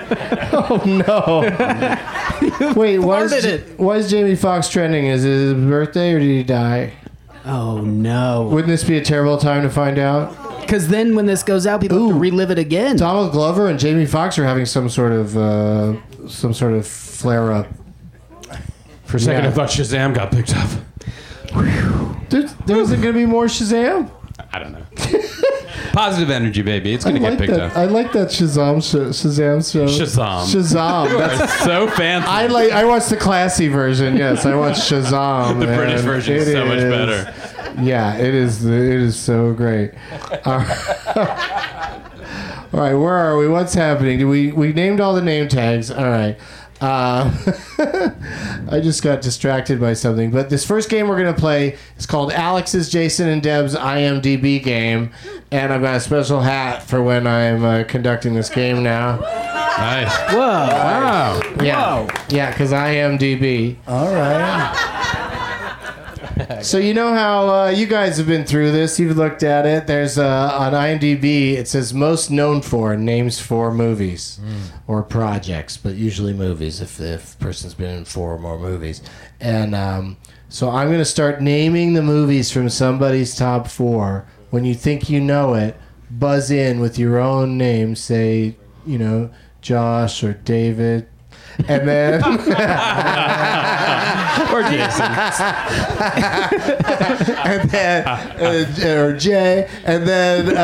oh no wait why is, farted Ja- it. why is Jamie Foxx trending is it his birthday or did he die Oh no. wouldn't this be a terrible time to find out Cuz then when this goes out people have Ooh. to relive it again. Donald Glover and Jamie Foxx are having some sort of uh, some sort of flare up. For a second, Yeah. I thought Shazam got picked up. There, there isn't going to be more Shazam. I don't know. (laughs) Positive energy, baby. It's I going to get like picked that. up. I like that Shazam show, Shazam show. Shazam. Shazam. (laughs) That's, so fancy. I like. I watched the classy version. Yes, I watched Shazam. (laughs) the British and version is Oh, it so much is- better. Yeah, it is. It is so great. All right. All right, where are we? What's happening? Do we we named all the name tags? All right. Uh, (laughs) I just got distracted by something, but this first game we're gonna play is called Alex's, Jason, and Deb's IMDb game, and I've got a special hat for when I'm uh, conducting this game now. Nice. Whoa. Wow. Yeah, yeah, because IMDb. All right. So you know how uh, you guys have been through this. You've looked at it. There's uh, on IMDb. It says most known for names for movies or projects, but usually movies. If if a person's been in four or more movies, and um, so I'm gonna start naming the movies from somebody's top four. When you think you know it, buzz in with your own name. Say you know Josh or David, and then. or Jason. (laughs) and then uh, or Jay, and then uh,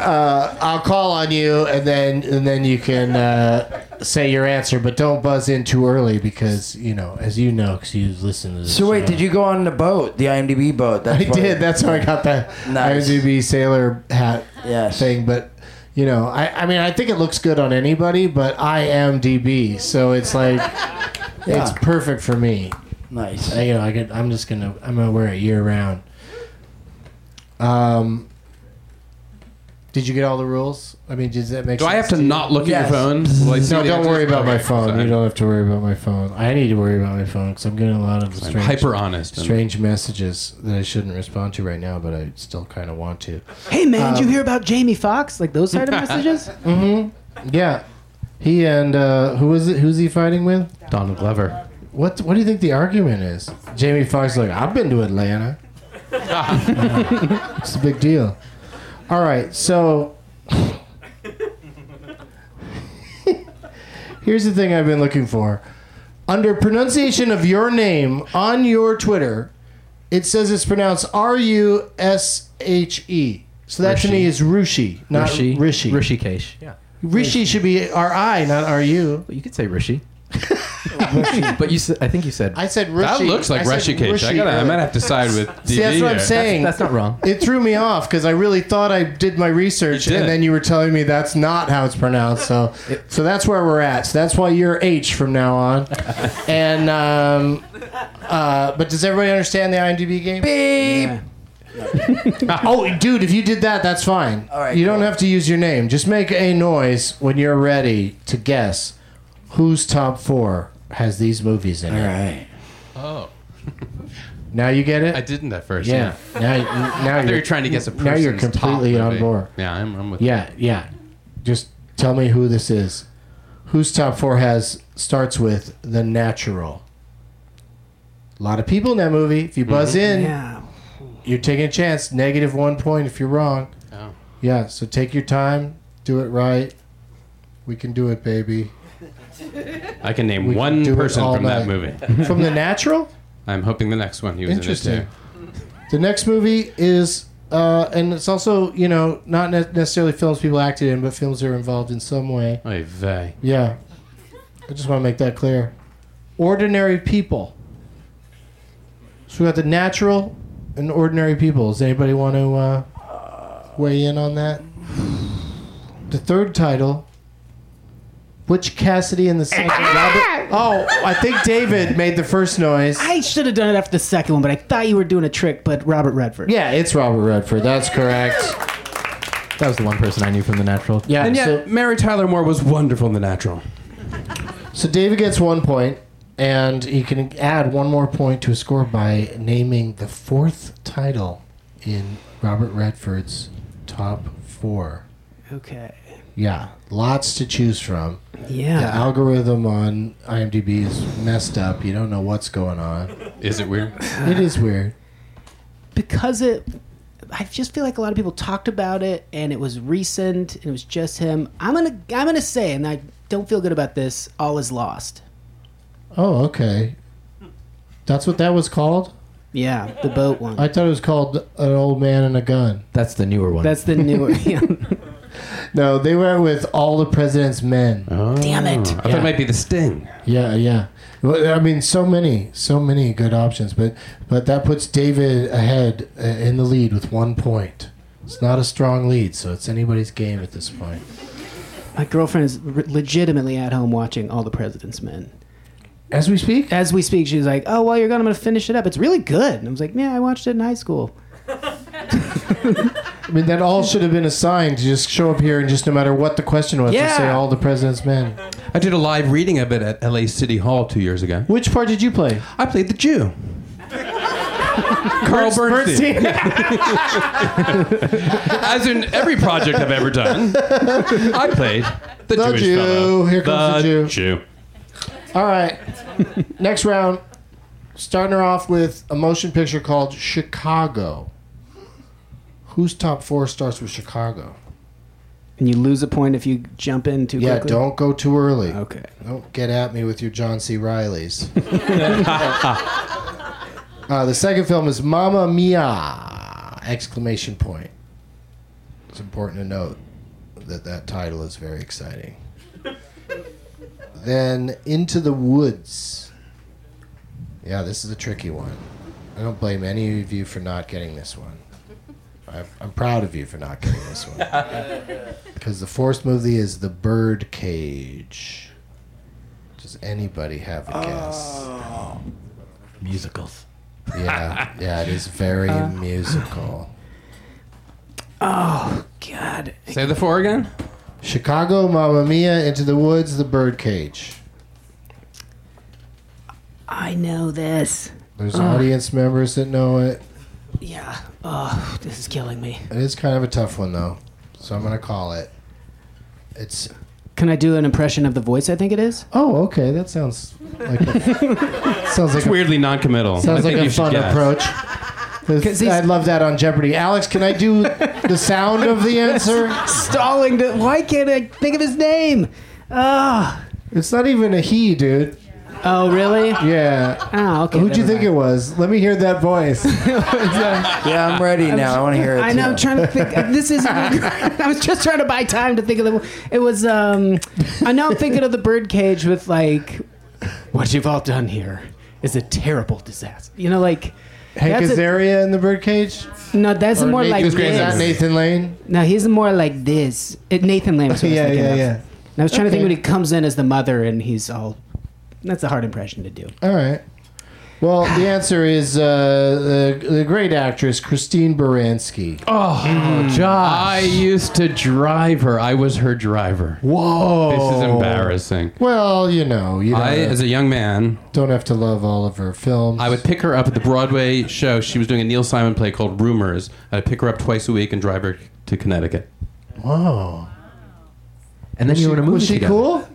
uh, I'll call on you, and then and then you can uh, say your answer, but don't buzz in too early because you know, as you know, because you listen to this. So wait, show. did you go on the boat, the IMDb boat? That's I why- did. That's how I got that Nice. IMDb sailor hat Yes. thing, but. You know, I, I mean, I think it looks good on anybody, but I am DB, so it's like, it's perfect for me. nice. I- you know, I could, I'm just gonna I'm gonna wear it year round. Um, did you get all the rules? I mean, does that make? Do I sense have to you? not look Yes. at your phone? Will I see No, the don't answers? worry about my Okay, phone. sorry. You don't have to worry about my phone. I need to worry about my phone because I'm getting a lot of I'm strange, hyper honest. and- strange messages that I shouldn't respond to right now, but I still kind of want to. Hey man, did um, you hear about Jamie Foxx? Like (laughs) those side of messages? Yeah, he and uh, who is it? Who's he fighting with? Donald Glover. What What do you think the argument is? Jamie Foxx is like I've been to Atlanta. (laughs) it's a big deal. All right, so (laughs) here's the thing I've been looking for. Under pronunciation of your name on your Twitter, it says it's pronounced R U S H E. So that to Rishi. me is Rushi, not Rishi. Rishi. Rishi, Rishi Kesh. Yeah. should be R I, not R U. But you could say (laughs) Rishi. but you, s- I think you said I said Rishi. That looks like I said Rashikesh. I Rishi gotta. I earlier. might have to side with. DB See, that's what I'm here. saying. that's not wrong. It threw me off because I really thought I did my research, You did. and then you were telling me that's not how it's pronounced. So, so that's where we're at. So that's why you're H from now (laughs) on. and um, uh, but does everybody understand the IMDb game? (laughs) oh, dude, if you did that, that's fine. All right, you don't cool. have to use your name. Just make a noise when you're ready to guess whose top four has these movies in it. All right. Oh, Now you get it. I didn't at first. (laughs) Yeah. Yeah. Now, now They you're were trying to guess a Now person's you're completely top on movie. board. Yeah, I'm, I'm with. Yeah, yeah. Just tell me who this is. Whose top four has starts with the natural. A lot of people in that movie. If you Mm-hmm. buzz in, yeah. you're taking a chance. Negative one point if you're wrong. Oh. Yeah. So take your time. Do it right. We can do it, baby. I can name We can one do it person all from that night. Mm-hmm. movie. From the (laughs) natural. I'm hoping the next one he was in it Interesting. too. The next movie is, uh, and it's also you know not ne- necessarily films people acted in, but films they're involved in some way. Oy vey. Yeah. I just want to make that clear. Ordinary people. So we got the natural and ordinary people. Does anybody want to uh, weigh in on that? The third title. Butch Cassidy and the Second Robin. Oh, I think David made the first noise. I should have done it after the second one, but I thought you were doing a trick. But Robert Redford. Yeah, it's Robert Redford. That's correct. that was the one person I knew from The Natural. Yeah. And yet, so- Mary Tyler Moore was wonderful in The Natural. So David gets one point, and he can add one more point to a score by naming the fourth title in Robert Redford's top four. Okay. Yeah, lots to choose from. Yeah. The algorithm on IMDb is messed up. You don't know what's going on. Is it weird? It is weird. Because it, I just feel like a lot of people talked about it, and it was recent, and it was just him. I'm gonna, I'm gonna say, and I don't feel good about this. All is lost. Oh, okay. That's what that was called. Yeah, the boat one. I thought it was called an old man and a gun. That's the newer one. That's the newer. (laughs) Yeah. No, they went with all the president's men. Damn it. Oh. I thought it might be The Sting. Yeah, yeah. Well, I mean, so many, so many good options, but but that puts David ahead uh, in the lead with one point. It's not a strong lead, so it's anybody's game at this point. My girlfriend is re- legitimately at home watching All the President's Men. As we speak, As we speak, she's like, "Oh, while you're gone, I'm gonna finish it up. It's really good." And I was like, "Yeah, I watched it in high school." I mean, that all should have been assigned to just show up here and just no matter what the question was, just say Yeah. all the president's men. I did a live reading of it at LA City Hall two years ago. Which part did you play? (laughs) I played the Jew. Carl Bernstein. (laughs) As in every project I've ever done, I played The the, Jewish Jew. fellow. Here comes the Jew. Jew. All right. Next round. Starting her off with a motion picture called Chicago. Whose top four starts with Chicago? And you lose a point if you jump in too Yeah, quickly. don't go too early. Okay. Don't get at me with your John C. Rileys. (laughs) uh, the second film is Mamma Mia! Exclamation point. It's important to note that that title is very exciting. then Into the Woods. Yeah, this is a tricky one. I don't blame any of you for not getting this one. I- I'm proud of you for not getting this one. Because the fourth movie is The Bird Cage. Does anybody have a guess? Oh. Musicals. Yeah, yeah, it is very Uh. musical. God. Say the four again. Chicago, Mamma Mia, Into the Woods, The Bird Cage. I know this. There's audience members that know it. Yeah. Oh, this is killing me. It is kind of a tough one though, so I'm gonna call it. It's Can I do an impression of the voice I think it is? oh okay, that sounds like a, (laughs) sounds like It's weirdly non-committal. a, sounds I like think a you should fun guess. approach. 'Cause he's- I'd love that on Jeopardy. Alex, can I do the sound of the (laughs) answer? Stalling. To, why can't I think of his name? Oh. It's not even a he, dude. Oh, really? Yeah. Oh, okay. Who'd you never think it mind. was? Let me hear that (laughs) voice. Yeah, I'm ready now. I want to hear it. I know. I'm too. (laughs) trying to think. uh, This is. (laughs) I was just trying to buy time to think of the. It was. Um, I know. I'm thinking of the birdcage with like, what you've all done here is a terrible disaster. You know, like. Hank that's a- Azaria in the Birdcage? No, that's Or more Nathan- like is that this. Nathan Lane? No, he's more like this. It, Nathan Lane. was what I (laughs) was Yeah, thinking yeah, of. yeah. And I was trying to think Okay. when he comes in as the mother and he's all. That's a hard impression to do. All right. Well, the answer is uh, the, the great actress Christine Baranski. Oh, Josh. Hmm. I used to drive her. I was her driver. Whoa! This is embarrassing. Well, you know, you don't, I, as a young man, don't have to love all of her films. I would pick her up at the Broadway show. She was doing a Neil Simon play called Rumors. I'd pick her up twice a week and drive her to Connecticut. Whoa! And then you were in a movie Was she together. cool?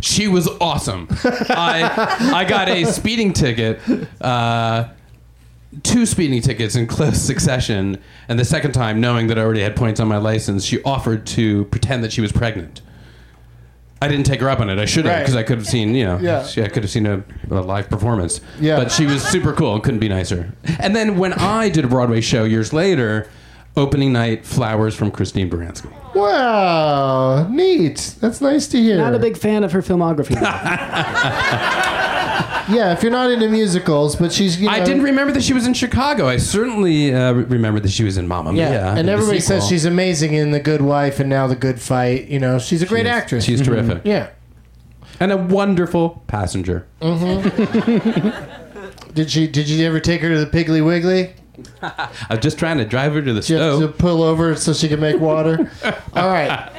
She was awesome. I I got a speeding ticket, uh, two speeding tickets in close succession, and the second time, knowing that I already had points on my license, she offered to pretend that she was pregnant. I didn't take her up on it. I should have Right. because I could have seen you know Yeah. she, I could have seen a, a live performance. Yeah. but she was super cool and couldn't be nicer. And then when I did a Broadway show years later, opening night, flowers from Christine Baranski. Wow! Neat. That's nice to hear. Not a big fan of her filmography. though. Yeah, if you're not into musicals, but she's. You know, I didn't remember that she was in Chicago. I certainly uh, re- remembered that she was in Mamma Yeah, Mia. in and the everybody says sequel. she's amazing in The Good Wife and now The Good Fight. You know, she's a great She's- actress. Mm-hmm. She's terrific. yeah. And a wonderful passenger. Did she? Did you ever take her to the Piggly Wiggly? I was just trying to drive her to the Did you have to stove. pull over so she could make water? All right.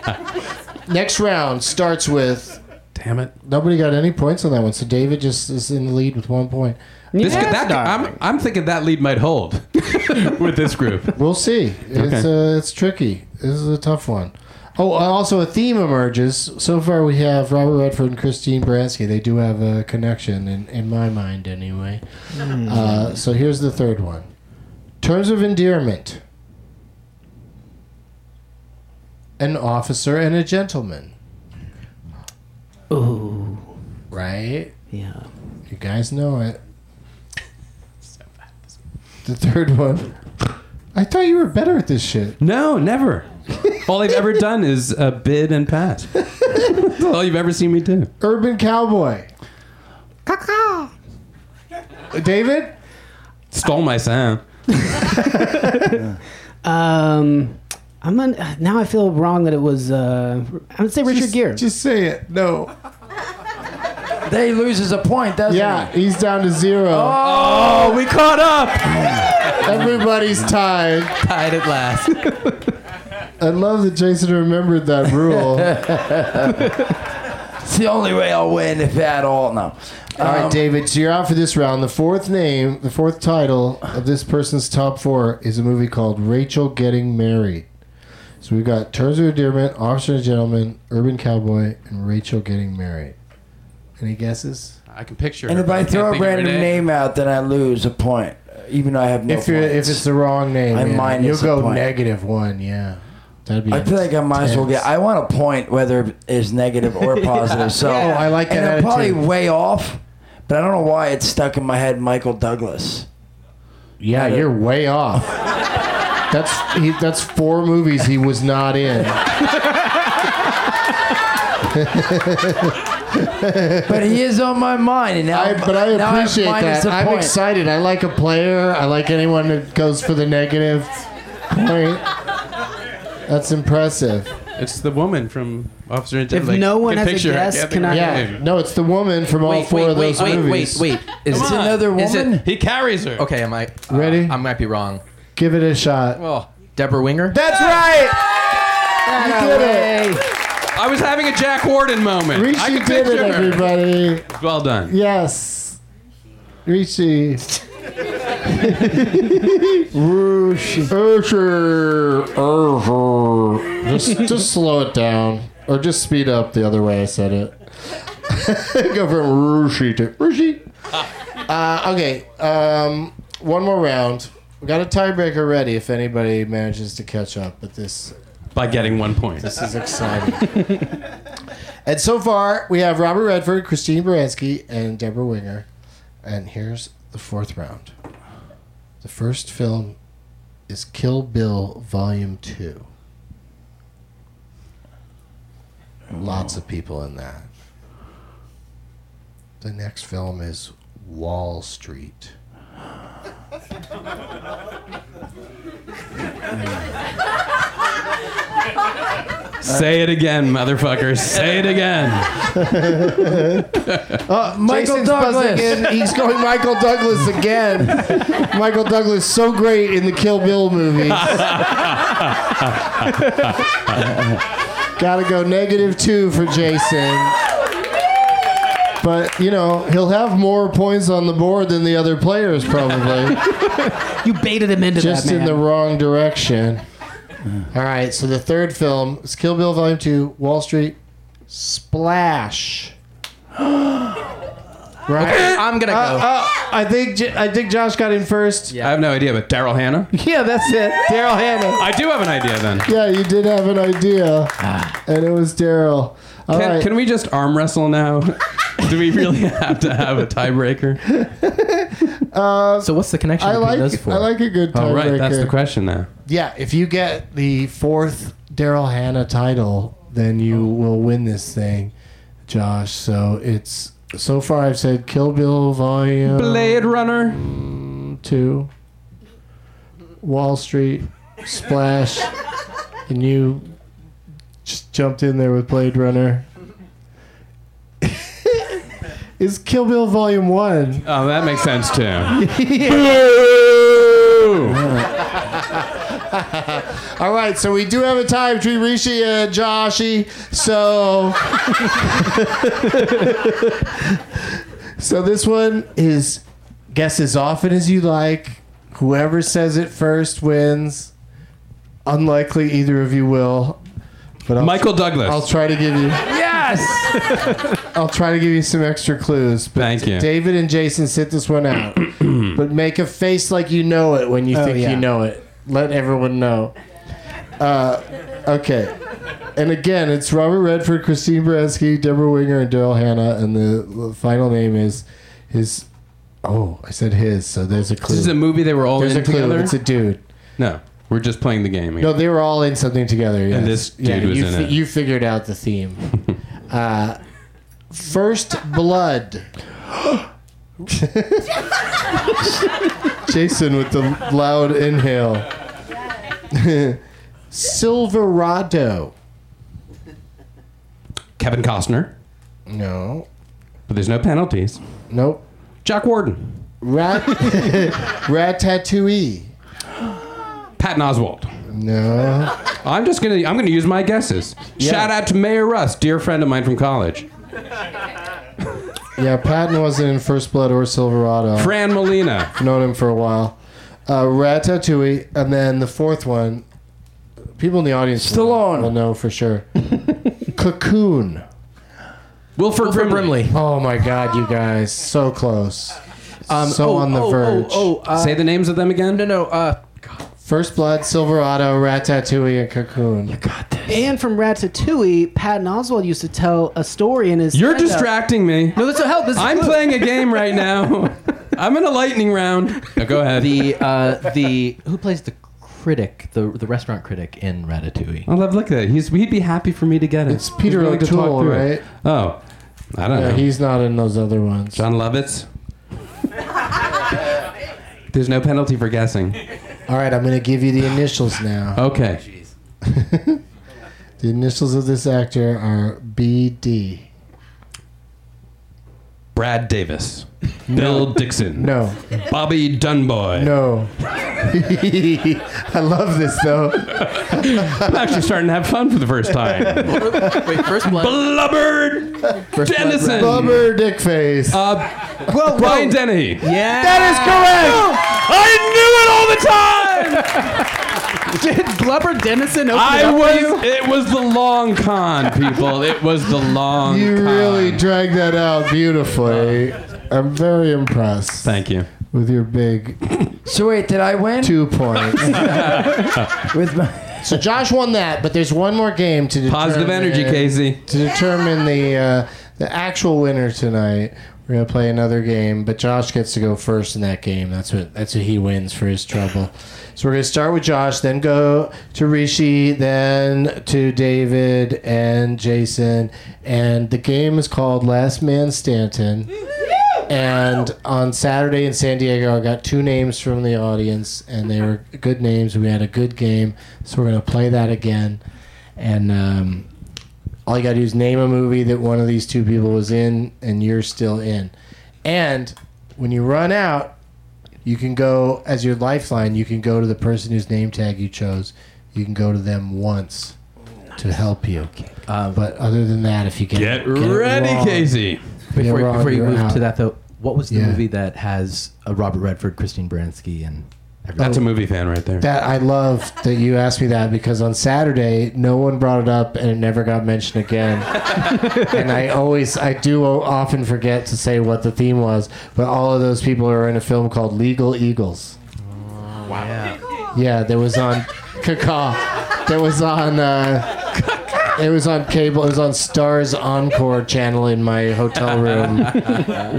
Next round starts with Damn it. nobody got any points on that one, so David just is in the lead with one point. This could- that, I'm, I'm thinking that lead might hold (laughs) with this group. We'll see. It's uh, it's tricky. This is a tough one. Oh, and also a theme emerges. So far, we have Robert Redford and Christine Baranski. They do have a connection, in, in my mind, anyway. Uh, so here's the third one Terms of Endearment An Officer and a Gentleman. Ooh. Right? Yeah. You guys know it. The third one. I thought you were better at this shit. No, never. All I've ever done is uh, bid and pass. That's all you've ever seen me do. Urban Cowboy. David? Stole my sound. Um, I'm gonna, now I feel wrong that it was. Uh, I'm gonna say Richard Just- Gere. Just say it. No. They he loses a point, doesn't Yeah, he? he's down to zero. Oh, we caught up. Everybody's tied. Tied at last. I love that Jason remembered that rule. It's the only way I'll win, if at all. No. All right, David. So you're out for this round. The fourth name, the fourth title of this person's top four is a movie called Rachel Getting Married. So we've got Terms of Endearment, Officer and Gentleman, Urban Cowboy, and Rachel Getting Married. Any guesses? I can picture. And her, if but I can't throw a think of her random name out, then I lose a point, even though I have no if you're, if points. it's the wrong name, I'm yeah, minus you'll a go point. negative one. Yeah, that'd be. I feel like I might as well tense. get. I want a point, whether it's negative or positive. (laughs) So Yeah. Oh, I like And that I'm probably attitude. way off, but I don't know why it's stuck in my head. Michael Douglas. Yeah, you're way (laughs) off. That's he, that's four movies he was not in. But he is on my mind, and now, I, but I now I'm appreciate minus that. a I'm point. excited. I like a player. I like anyone that goes for the negative point. That's impressive. It's the woman from Officer and If Gentleman. no one Can has a picture her. guess, Can't can think of her I- Yeah. name. No, it's the woman from all four of those wait, movies. Wait, wait, wait. Is Come it on. Is it- He carries her. okay, am I uh, Ready? I might be wrong. Oh, Give it a shot. Well, Deborah Winger. That's right. You did it. I was having a Jack Warden moment. I Rishi can did it, picture her. everybody. Well done. Yes. Rishi. Usher. Usher. Just, just slow it down. Or just speed up the other way I said it. (laughs) Go from Rushi to Rushi. Uh, okay. Um, one more round. We got a tiebreaker ready if anybody manages to catch up, but this By getting one point. this is exciting. (laughs) and so far, we have Robert Redford, Christine Baranski, and Deborah Winger. And here's the fourth round. The first film is Kill Bill Volume 2. Lots of people in that. The next film is Wall Street. Say it again, motherfucker. Say it again. Michael Jason's Douglas. buzzing in. He's going Michael Douglas (laughs) again. Michael Douglas, so great in the Kill Bill (laughs) movies. Gotta go negative two for Jason. But, you know, he'll have more points on the board than the other players, (laughs) probably. You baited him into Just that, in man. the wrong direction. All right, so the third film is Kill Bill Volume 2, Wall Street, Splash. right? I'm gonna go. Uh, I think J- I think Josh got in first. I have no idea, but Daryl Hannah? Yeah, that's it. Daryl Hannah. I do have an idea then. Yeah, you did have an idea, and it was Daryl. All Can, right. can we just arm wrestle now? do we really (laughs) have to have a tiebreaker? so what's the connection I between those like four? I like a good tiebreaker. Oh, right. That's the question now. Yeah, if you get the fourth Daryl Hannah title, then you will win this thing, Josh. So it's so far I've said Kill Bill Volume Blade Runner. Two, Wall Street, Splash, and you just jumped in there with Blade Runner. (laughs) Is Kill Bill Volume One? Oh, that makes sense too. (laughs) All right, so we do have a tie between Rishi and Joshy. So, (laughs) so this one is guess as often as you like. Whoever says it first wins. Unlikely either of you will, but I'll, Michael Douglas. I'll try to give you. Yes. I'll try to give you some extra clues. But Thank you. David and Jason, sit this one (clears throat) out. but make a face like you know it when you think yeah. you know it. Let everyone know. Uh, okay. And again, it's Robert Redford, Christine Baranski, Deborah Winger, and Daryl Hannah. And the final name is his. Oh, I said his. So there's a clue. This is a movie they were all there's in a clue. together. It's a dude. no, we're just playing the game. No, they were all in something together. Yes. this dude yeah, was you in it. You figured out the theme. uh, First Blood. Jason with the loud inhale. (laughs) Silverado. Kevin Costner, No. but there's no penalties. Nope. Jack Warden, Rat. (laughs) Ratatouille. Patton Oswald. No. I'm just gonna I'm gonna use my guesses. Shout out to Mayor Russ, dear friend of mine from college. Yeah, Patton wasn't in First Blood or Silverado. Fran Molina. I've known him for a while. Uh, Ratatouille, and then the fourth one. People in the audience will- Stallone. will know for sure. Cocoon. Wilford, Wilford Brimley. Brimley. Oh my God, you guys, so close, Um, so oh, on the oh, verge. Oh, oh uh, Say the names of them again. no, no. Uh, First Blood, Silverado, Ratatouille, and Cocoon. And from Ratatouille, Patton Oswald used to tell a story in his. You're stand-up. distracting me. No, this will help. This is I'm good. playing a game right now. I'm in a lightning round. Now go ahead. the uh, the who plays the critic, the the restaurant critic in Ratatouille. I love Oh, look at it. He's he'd be happy for me to get it. It's Peter He's willing to talk O'Toole, through it. right? Oh, I don't Yeah, know. he's not in those other ones. John Lovitz. There's no penalty for guessing. All right, I'm going to give you the initials now. Okay. The initials of this actor are BD. Brad Davis. Bill Dixon. No, Bobby Dunboy. no. (laughs) I love this though. I'm actually starting to have fun for the first time. Wait, first blood. Blubbered First Blood, Dennison. Bubber dick face. Uh, Brian Dennehy. that (laughs) I knew it all the time. (laughs) Did Blubber Dennison open it I up for you? was. It was the long con, people. It was (laughs) the long. is correct. You con. really dragged that out beautifully. I'm very impressed Thank you. with your big So wait, did I win? two points. With my, (laughs) so Josh won that, but there's one more game to determine, Positive energy, Casey. to determine the uh, the actual winner tonight. We're gonna play another game, but Josh gets to go first in that game. That's what that's what he wins for his trouble. So we're gonna start with Josh, then go to Rishi, then to David and Jason. And the game is called Last Man Stanton. And on Saturday in San Diego, I got two names from the audience, and they were good names. We had a good game, so we're gonna play that again. And um, all you gotta do is name a movie that one of these two people was in and you're still in and when you run out you can go as your lifeline you can go to the person whose name tag you chose you can go to them once to help you uh, but other than that if you get Get get it ready, wrong- Casey. Before, Yeah, Rob, before you you're move out. to that, though, what was the Yeah. movie that has uh, Robert Redford, Christine Baranski, and everyone? That's a movie fan right there. that I love that you asked me that because on Saturday no one brought it up and it never got mentioned (laughs) again. and I always, I do o- often forget to say what the theme was, but all of those people are in a film called Legal Eagles. wow. Yeah, that was (laughs) on Kaka. That was on. Uh, (laughs) it was on cable. It was on Stars Encore channel in my hotel room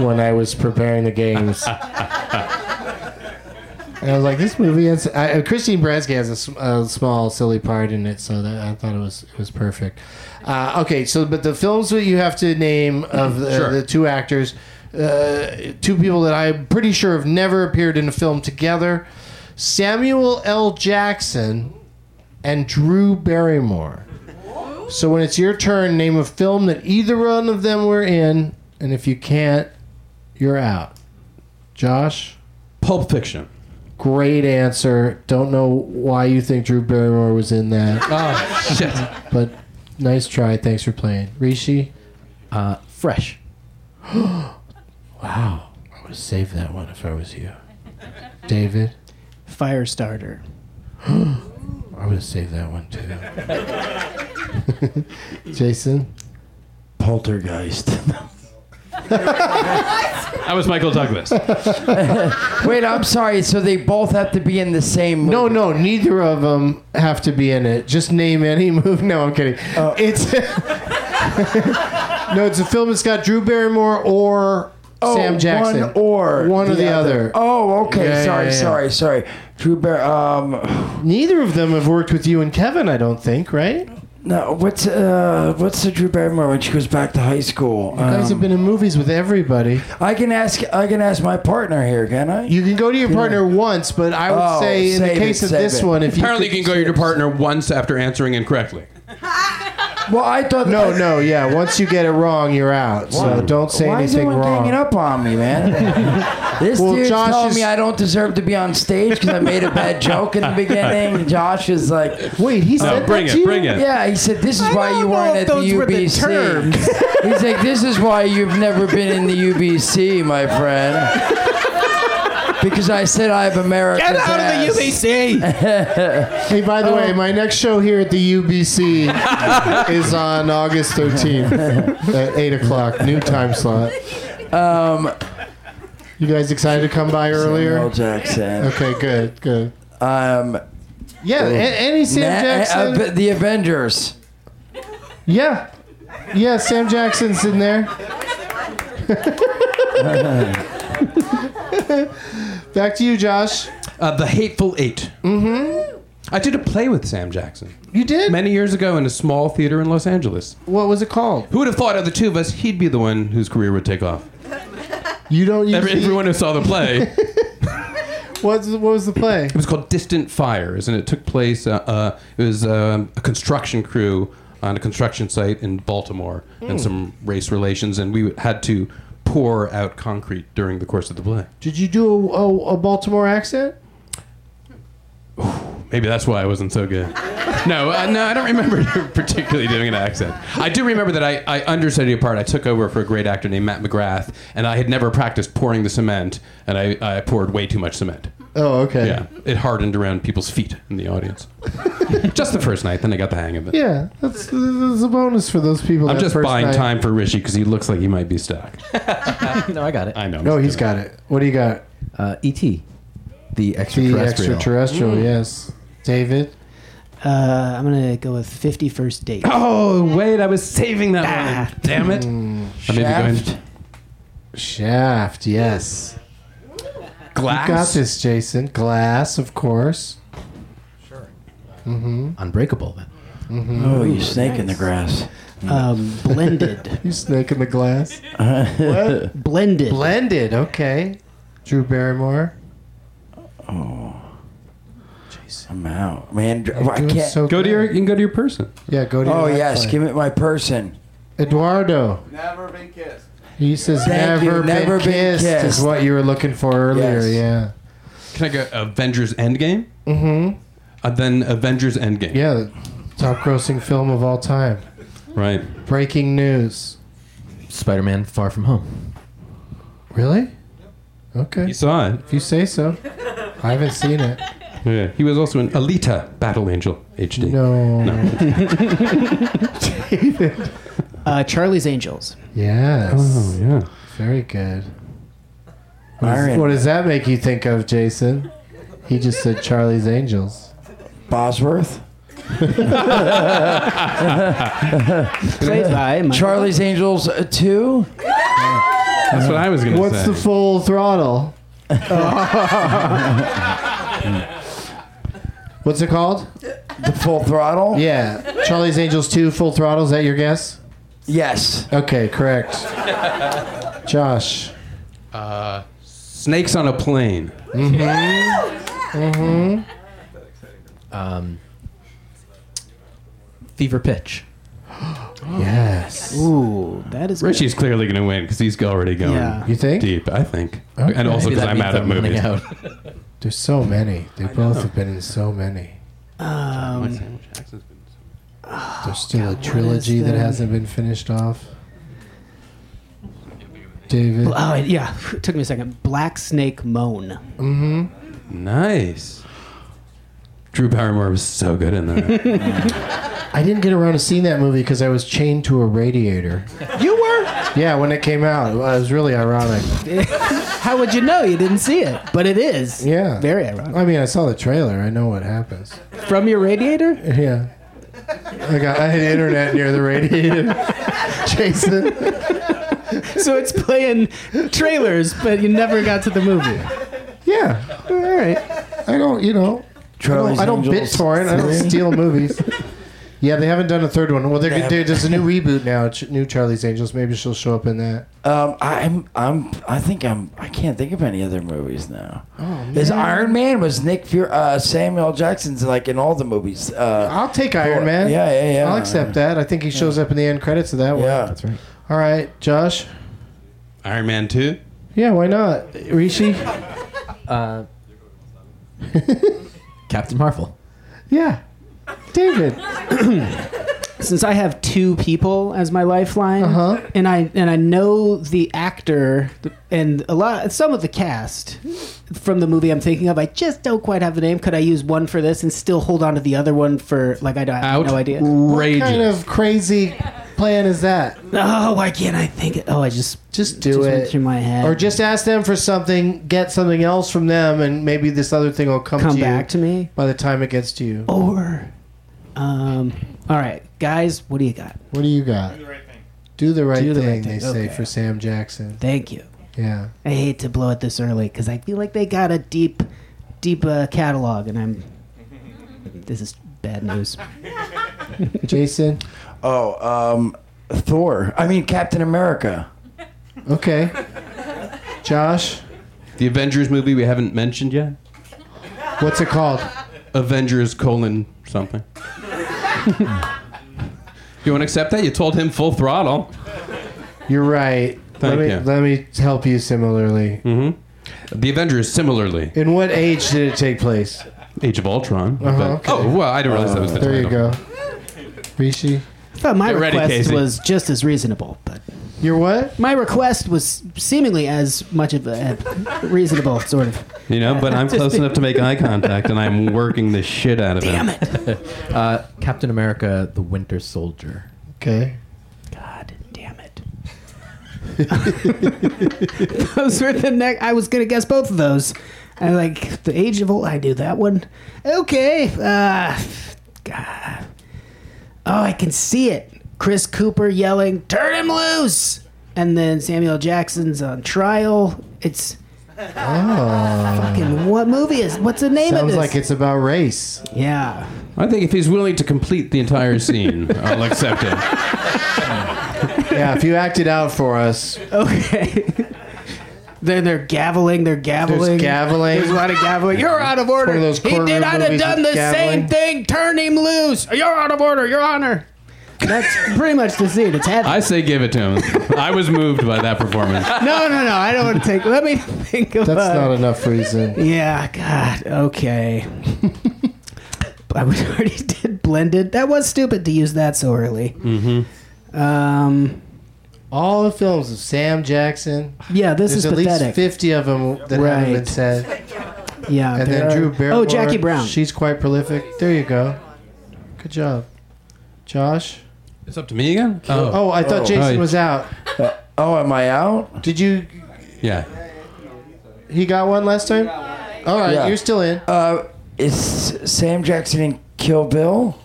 when I was preparing the games. And I was like, this movie has. I, uh, Christine Bransky has a, s- a small, silly part in it, so that I thought it was it was perfect. Uh, okay, so but the films that you have to name of the, Sure. the two actors, uh, two people that I'm pretty sure have never appeared in a film together, Samuel L. Jackson and Drew Barrymore. So when it's your turn, name a film that either one of them were in, and if you can't, you're out. Josh. Pulp Fiction. Great answer. Don't know why you think Drew Barrymore was in that, Oh shit. but nice try. Thanks for playing, Rishi. uh, (gasps) Fresh. Wow, I would have saved that one if I was you, David. Firestarter. I would have saved that one too. (laughs) Jason, Poltergeist. That was (laughs) Michael Douglas. (laughs) Wait, I'm sorry. So they both have to be in the same movie. no, no, neither of them have to be in it. Just name any (laughs) movie. No, I'm kidding. Oh. It's (laughs) no, it's a film that's got Drew Barrymore or Oh, Sam Jackson One or one or the other. Oh, okay. Yeah, sorry, yeah, yeah. sorry, sorry. Drew Bear. Um, Neither of them have worked with you and Kevin, I don't think, right? no. What's uh, what's the Drew Barrymore when she goes back to high school? You guys Um, have been in movies with everybody. I can ask. I can ask my partner here, can I? You can go to your partner once, but I would Oh, say in the save case it, of save this it. one, if Apparently, you you, can go to your partner once after answering incorrectly. Well, I thought No, no, yeah. Once you get it wrong, you're out. So don't say Why is anything everyone wrong. ganging up on me, (laughs) man? this Well, dude's Josh telling is- me I don't deserve to be on stage because I made a (laughs) bad joke in the beginning. Josh is like, Wait, he said Oh, bring that it, to you? bring it. yeah, he said this is I why don't you know weren't if at the those were the UBC. terms. (laughs) He's like, this is why you've never been in the UBC, my (laughs) friend. Because I said I have America's Get out of the UBC. Hey, by the way, my next show here at the UBC is on August 13th at 8 o'clock, new time slot. Um, You guys excited to come by Samuel earlier? Jackson. Okay, good, good. Um, Yeah, a- any Sam Ma- uh, Jackson? but the Avengers. Yeah. Yeah, Sam Jackson's in there. (laughs) Back to you, Josh. Uh, the Hateful 8 Mm-hmm. I did a play with Sam Jackson You did? many years ago in a small theater in Los Angeles. What was it called? Who would have thought of the two of us, he'd be the one whose career would take off? You don't use (laughs) Every, everyone who saw the play, it What's, what was the play? was called Distant Fires, and it took place. Uh, uh, it was um, a construction crew on a construction site in Baltimore, and some race relations, and we had to pour out concrete during the course of the play. Did you do a, a, a Baltimore accent? Maybe that's why I wasn't so good. No, uh, no, I don't remember (laughs) particularly doing an accent. I do remember that I, I understudied a part. I took over for a great actor named Matt McGrath, and I had never practiced pouring the cement, and I, I poured way too much cement. Oh, okay. Yeah, it hardened around people's feet in the audience. just the first night, then I got the hang of it. Yeah, that's, that's a bonus for those people. I'm that just first buying night- time for Rishi because he looks like he might be stuck. (laughs) no, I got it. I know. No, Oh, he's got it. What do you got? Uh, E.T., the The extraterrestrial. extraterrestrial, Mm. yes. David? Uh, I'm gonna go with 50 first date. Oh wait, I was saving that one. Ah, Damn it! I may be going- Shaft. Shaft, yes. glass. You got this, Jason. Glass, of course. Unbreakable. Then. Oh, you snake in the grass. Um, (laughs) blended, You snake in the glass. blended. Blended, okay. Drew Barrymore. I'm out, man. dr- I Doing can't. so Go to your. You good. can go to your person. Yeah, go to your oh lifeline. yes, give me my person. Eduardo. Never been kissed. He says Thank you, never, been, never been kissed, is kissed. what you were looking for earlier, Yes. yeah. Can I go Avengers Endgame? Mm-hmm. Uh, then Avengers Endgame. Yeah, the top grossing film of all time. Right. Breaking news. Spider-Man: Far From Home. Really? Okay. You saw it. If you say so. I haven't seen it. Yeah. He was also in Alita: Battle Angel HD. No. Uh, Charlie's Angels. Yes. Oh yeah. Very good. What, is, Iron what does that make you think of, Jason? He just said Charlie's Angels. Bosworth. Played by Michael- Charlie's Angels uh, two. That's what I was gonna What's say. the full throttle? (laughs) What's it called? The full throttle. Yeah. Charlie's Angels 2 Full Throttle. Is that your guess? Yes. Okay, (laughs) correct. Josh. Snakes on a plane. Um, Fever Pitch. Yes. Ooh, that is good. Richie's clearly gonna win because he's already going. Yeah. You think? Deep, I think, and also Maybe because that I'm means out of running movies. out. There's so many. They both have been in so many. There's still a trilogy that the- hasn't been finished off. David. Oh yeah, (laughs) it took me a second. Black Snake Moan. Nice. Drew Barrymore was so good in that. I didn't get around to seeing that movie because I was chained to a radiator. You were? Yeah, when it came out, it was really ironic. How would you know? You didn't see it, but it is. Yeah. Very ironic. I mean, I saw the trailer. I know what happens. From your radiator? (laughs) Yeah. I got I had internet near the radiator. (laughs) Jason. so it's playing trailers, but you never got to the movie. Yeah. All right. I don't, you know, I Charlie's don't, I don't Angels. (laughs) bit torrent. I don't steal movies. Yeah, they haven't done a third one. Well, they're, They good- dude, haven't. there's a (laughs) new reboot now, Ch- new Charlie's Angels. Maybe she'll show up in that. Um, I'm, I'm, I think I'm, I can't think of any other movies now. Oh, This Iron Man was Nick Fury, uh, Samuel L. Jackson's like in all the movies. Uh, I'll take Iron Thor. Man. Yeah, yeah, yeah. I'll accept that. I think he shows up in the end credits of that one. Yeah. That's right. All Oh, right, Josh. Iron Man 2? Yeah, why not? Rishi? Uh, (laughs) Captain Marvel. Yeah. David. since I have two people as my lifeline, and I and I know the actor and a lot some of the cast from the movie I'm thinking of, I just don't quite have the name. Could I use one for this and still hold on to the other one for like I don't I have no idea? What Outrageous. kind of crazy plan is that? Oh, why can't I think? It? Oh, I just Just do Just it. went through my head. Or just ask them for something, get something else from them, and maybe this other thing will come, come to back you to me. by the time it gets to you. Or, um, all right, guys, what do you got? What do you got? Do the right thing. Do the right they thing, say okay. for Sam Jackson. Thank you. (laughs) Yeah. I hate to blow it this early because I feel like they got a deep, deep uh, catalog, and I'm. (laughs) This is bad news. Jason. Oh, um, Thor. I mean Captain America. (laughs) Okay. Josh. The Avengers movie we haven't mentioned yet? What's it called? Avengers colon something. you want to accept that? You told him full throttle. You're right. let Thank me you. Hmm. let me help you similarly. The Avengers, similarly. In what age did it take place? Age of Ultron. but- okay. Oh, well, I didn't realize that was the There you title. go. Rishi. I thought my Get ready, request Casey. was just as reasonable, but You're what? my request was seemingly as much of a a reasonable sort of. You know, but I'm close enough to make eye contact, and I'm working the shit out of Damn him. Damn it! Uh, Captain America: The Winter Soldier. Okay. God damn it. (laughs) those were the next. I was gonna guess both of those. I like the age of old. I knew that one. Okay. Uh, God. Oh, I can see it. Chris Cooper yelling, "Turn him loose!" And then Samuel Jackson's on trial. It's fucking what movie is? What's the name of Ah. Sounds this? like it's about race. yeah. I think if he's willing to complete the entire (laughs) scene, I'll accept it. Yeah, if you act it out for us, Okay. (laughs) they're they're gaveling. They're gaveling. there's gaveling. There's a lot of gaveling. You're out of order. one of those he courtroom did not have movies done the with gaveling. same thing. Turn him loose. You're out of order, Your Honor. That's pretty much the scene. It's happening. I say give it to him. I was moved by that (laughs) performance. no, no, no. I don't want to take. Let me think of. That's uh, not enough reason. Yeah. God. Okay. I was- already did blended. That was stupid to use that so early. Mm-hmm. Um. (laughs) All the films of Sam Jackson. Yeah. This There's is at pathetic. least 50 of them that haven't been Right. said. yeah. And there then are- Drew Barrymore. Oh, Jackie Brown. She's quite prolific. There you go. Good job. Josh? It's up to me again. Oh, Oh, I thought Oh. Jason Hi. was out. Oh, am I out? Did you yeah. He got one last time. All right, Yeah. you're still in. Uh, is Sam Jackson in Kill Bill?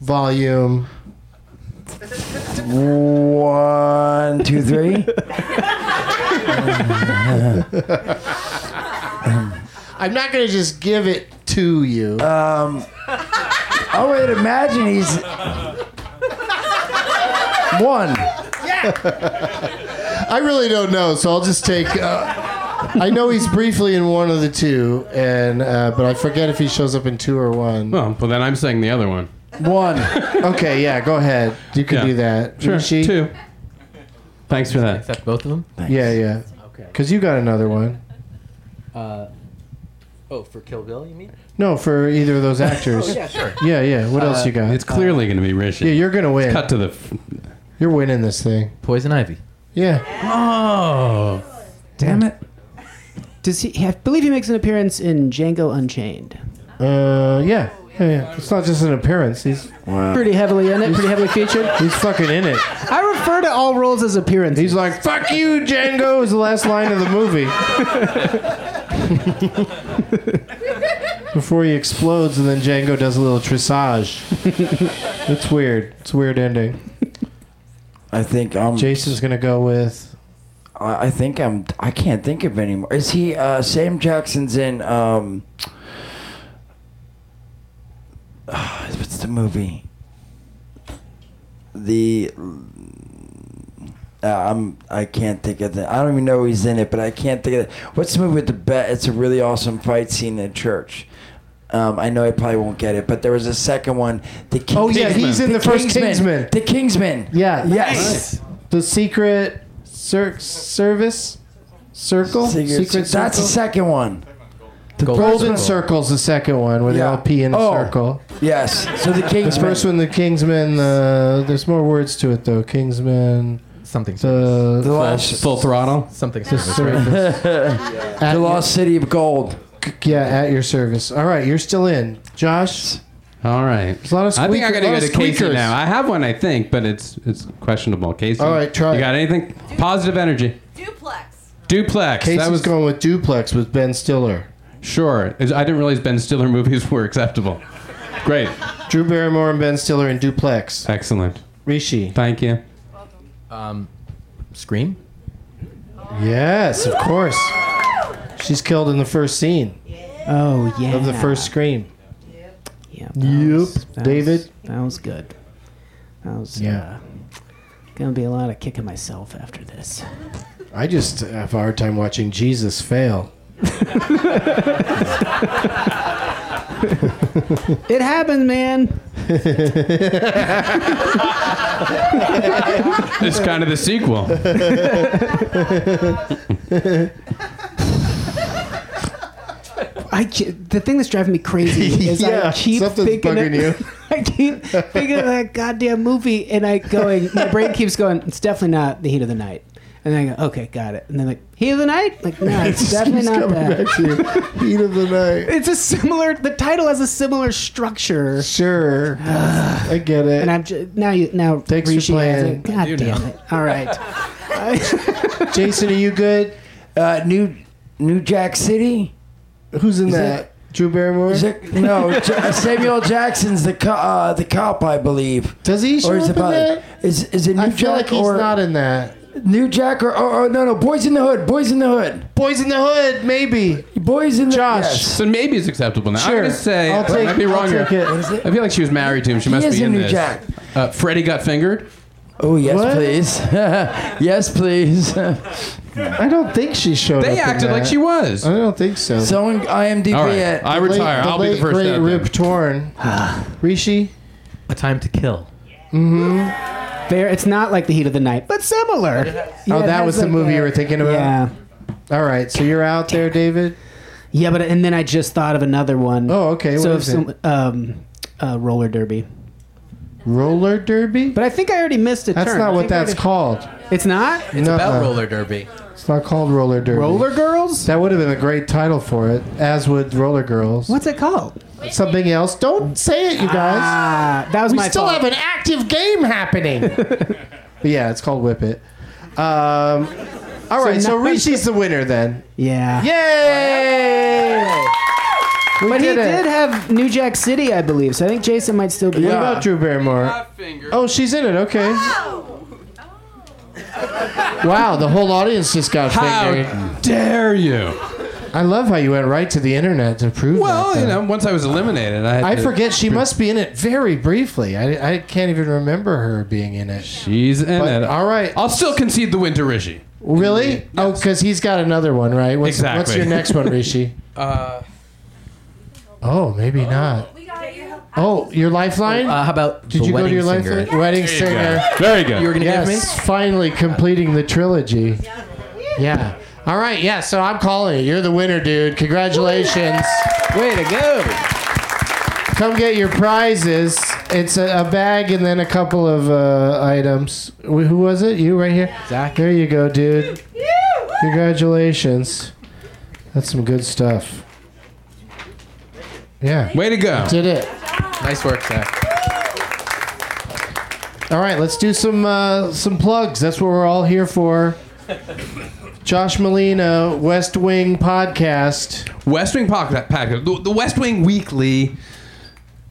Volume. One, two, three. I'm not gonna just give it to you. Uh. oh wait, imagine he's one. I really don't know, so I'll just take. Uh, I know he's briefly in one of the two, and uh, but I forget if he shows up in two or one. Well, well, then I'm saying the other one. One. (laughs) Okay, yeah, go ahead. You can Yeah. do that. Rishi? Two. Thanks for that. Accept both of them. Yeah, yeah. Okay. Cause you got another one. Uh, oh, for Kill Bill, you mean? Oh, No, for either of (laughs) those actors. yeah, sure. yeah, What else you got? It's uh, clearly going to be Rishi. yeah, you're gonna win. Cut to the. F- You're winning this thing. Poison Ivy. Yeah. oh. Damn it. Does he? I believe he makes an appearance in Django Unchained. Uh, yeah. Yeah, yeah. It's not just an appearance. He's Pretty heavily in it. Pretty heavily featured. he's fucking in it. I refer to all roles as appearance. He's like, "Fuck you, Django" is the last line of the movie. (laughs) Before he explodes, and then Django does a little trissage. it's weird. It's a weird ending. I think um. Jason's gonna go with. I I think I'm. I can't think of anymore. Is he uh, Sam Jackson's in? (sighs) Um, what's the movie? the uh, I'm I can't think of the I don't even know he's in it, but I can't think of it. What's the movie with the bet? It's a really awesome fight scene in a church. Um, I know I probably won't get it, but there was a second one. The King- Oh, yeah, he's in the first Kingsman. The Kingsman. Yeah. Yes. The secret cir- service circle. Secret- that's the second one. The Golden golden Circle. circle's the second one where they Yeah. all pee in a Oh. circle. Yes. So the The Kingsman. first one, the Kingsman. Uh, there's more words to it though. uh, Kingsman. Something. service. The The Lost, Full throttle. Something. the Service, right? service. the Lost City of Gold. Yeah, at your service. All right, you're still in, Josh. All a right. lot of I think I squeaker- gotta lot go of to Casey squeakers. now. I have one, I think, but it's it's questionable. Casey. All right, try You it. got anything? Positive energy. Duplex. Duplex. Casey's that was going with duplex with Ben Stiller. sure. I didn't realize Ben Stiller movies (laughs) were acceptable. Great. Drew Barrymore and Ben Stiller in duplex. Excellent. Rishi. Thank you. Scream. Yes, of course. She's killed in the first scene Oh yeah. of the first screen. Yeah. Yep. that David? Was, that was good. That was Yeah. yeah. gonna be a lot of kicking myself after this. I just have a hard time watching Jesus fail. It happened, man. It's kind of the sequel. I ca- the thing that's driving me crazy (laughs) is I Yeah, keep something's thinking bugging of- you. (laughs) I keep thinking of that goddamn movie, and I going my brain keeps going. It's definitely not the heat of the night. And then I go, okay, got it. And then like heat of the night, like no, (laughs) it's definitely not that. (laughs) Heat of the night. It's a similar. The title has a similar (laughs) structure. Sure. I get it. And I'm just, now you now Thanks for Rishi has it. playing. God do damn now. it! All right. Jason, are you good? Uh, New New Jack City. Who's in that? that? Drew Barrymore? Is it- no, J- Samuel Jackson's the co- uh, the cop, I believe. Does he show Or is up it in that? Pilot? Is is it New I Jack feel like he's or not in that. New Jack or oh, oh no no Boys in the Hood, Boys in the Hood, Boys in the Hood, maybe. Boys in the Josh. Yes. So maybe it's acceptable now. I'm Sure. gonna say I'll I take- might be I'll wrong take here. it. What is it? I feel like she was married to him. She must is be a in New this. Jack. Uh, Freddie got fingered. Oh yes, What? please. (laughs) yes, please. (laughs) I don't think she showed up. They in acted like that. she was. I don't think so. Someone IMDb All right, it. I Late- retire. I'll be late, the first. Great out there. Rip Torn. Rishi? A Time to Kill. Fair. It's not like the heat of the night, but similar. Yeah, Oh, it that has was the like movie a- you were thinking about? Yeah. All right, so you're out there, David. Yeah, but and then I just thought of another one. Oh, okay, So what if is it? some um, uh, roller derby, Roller derby? but I think I already missed a That's term. not I what think I that's already- called. It's not It's No, about uh, roller derby. It's not called roller derby. roller girls. That would have been a great title for it, as would Roller Girls. What's it called? Something else. Don't say it, you guys. Ah, that was we my still fault. have an active game (laughs) happening. but yeah, it's called Whip It. Um, all right, so, now- Rishi's the winner then. yeah. Yay! We Ah. But he did it. did have New Jack City, I believe. So I think Jason might still be. What about Drew Barrymore? Oh, she's in it. Okay. Wow, the whole audience just got fingered. How dare you? I love how you went right to the internet to prove Well, that, you though. know, once I was eliminated, I had I to- forget she must be in it very briefly. I, I can't even remember her being in it. She's in But, it. all right. I'll still concede the win to Rishi. Really? Oh, because he's got another one, right? What's, What's Exactly. your next one, Rishi? Uh, Oh, maybe not. We got you. Oh, your lifeline? uh, how about Did the you go wedding to your singer? lifeline? Wedding singer. Very good. You were gonna give me. Yes, finally completing the trilogy. Yeah. All right. Yeah. So I'm calling it. You're the winner, dude. Congratulations. Way to go! Come get your prizes. It's a, a bag and then a couple of uh, items. Wh- Who was it? You right here? Zach. There you go, dude. Congratulations. That's some good stuff. Yeah. Way to go. Did it. Nice work, Zach. All right, let's do some uh, some plugs. That's what we're all here for. Josh Molina, West Wing podcast. West Wing Podcast. Podcast. The, the West Wing Weekly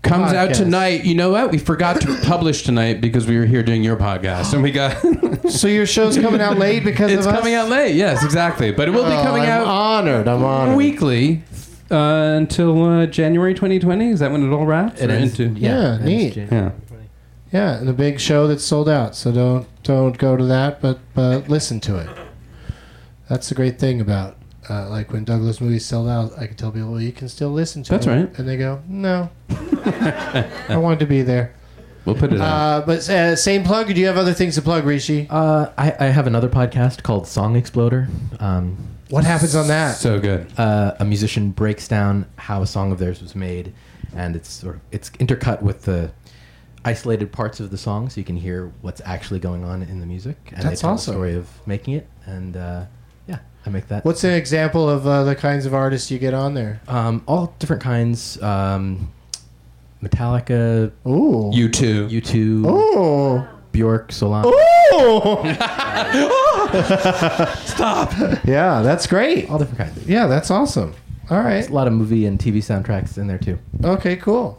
comes out Podcast. tonight. You know what? We forgot to publish tonight because we were here doing your podcast, and we got (laughs) So your show's coming out late because it's of us. coming out late. Yes, exactly. But it will be Oh, coming I'm out honored. I'm honored. weekly uh, until uh, January 2020. Is that when it all wraps? Or ends- into Yeah, ends neat. June. yeah. Yeah, and a big show that's sold out. So don't don't go to that, but but listen to it. That's the great thing about uh, like when Douglas movies sold out. I can tell people well, you can still listen to. That's them." right. And they go, (laughs) no, I wanted to be there. We'll put it on. Uh, but uh, same plug. Or do you have other things to plug, Rishi? Uh, I, I have another podcast called Song Exploder. Um, What happens on that? So good. uh, a musician breaks down how a song of theirs was made, and it's sort of it's intercut with the isolated parts of the song, so you can hear what's actually going on in the music. And they That's tell awesome. the story of making it, and uh, yeah, I make that. What's an example of uh, the kinds of artists you get on there? um, all different kinds? Um, Metallica, Ooh. You too. U two, Oh. Ooh. Bjork, Solange. Ooh. Stop. Yeah, that's great. All different kinds. Yeah, that's awesome. All right. A lot of movie and TV soundtracks in there too. Okay, cool.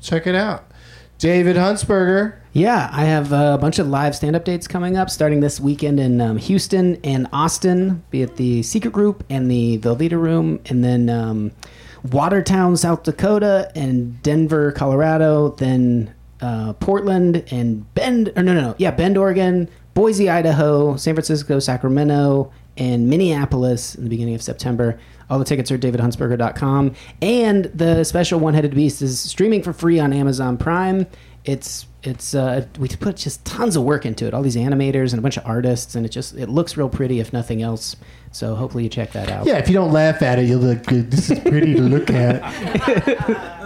Check it out. David Huntsberger. Yeah, I have uh, a bunch of live stand-up dates coming up, starting this weekend in um, Houston and Austin, be it the Secret Group and the Velveeta Room, and then um, Watertown, South Dakota, and Denver, Colorado, then uh, Portland and Bend, or no, no, no, yeah, Bend, Oregon, Boise, Idaho, San Francisco, Sacramento, and Minneapolis in the beginning of September. All the tickets are at davidhuntsberger.com. And the special One Headed Beast is streaming for free on Amazon Prime. It's it's uh, we put just tons of work into it. All these animators and a bunch of artists, and it just it looks real pretty if nothing else. So hopefully you check that out. Yeah, if you don't laugh at it, you'll look good. This is pretty to look at,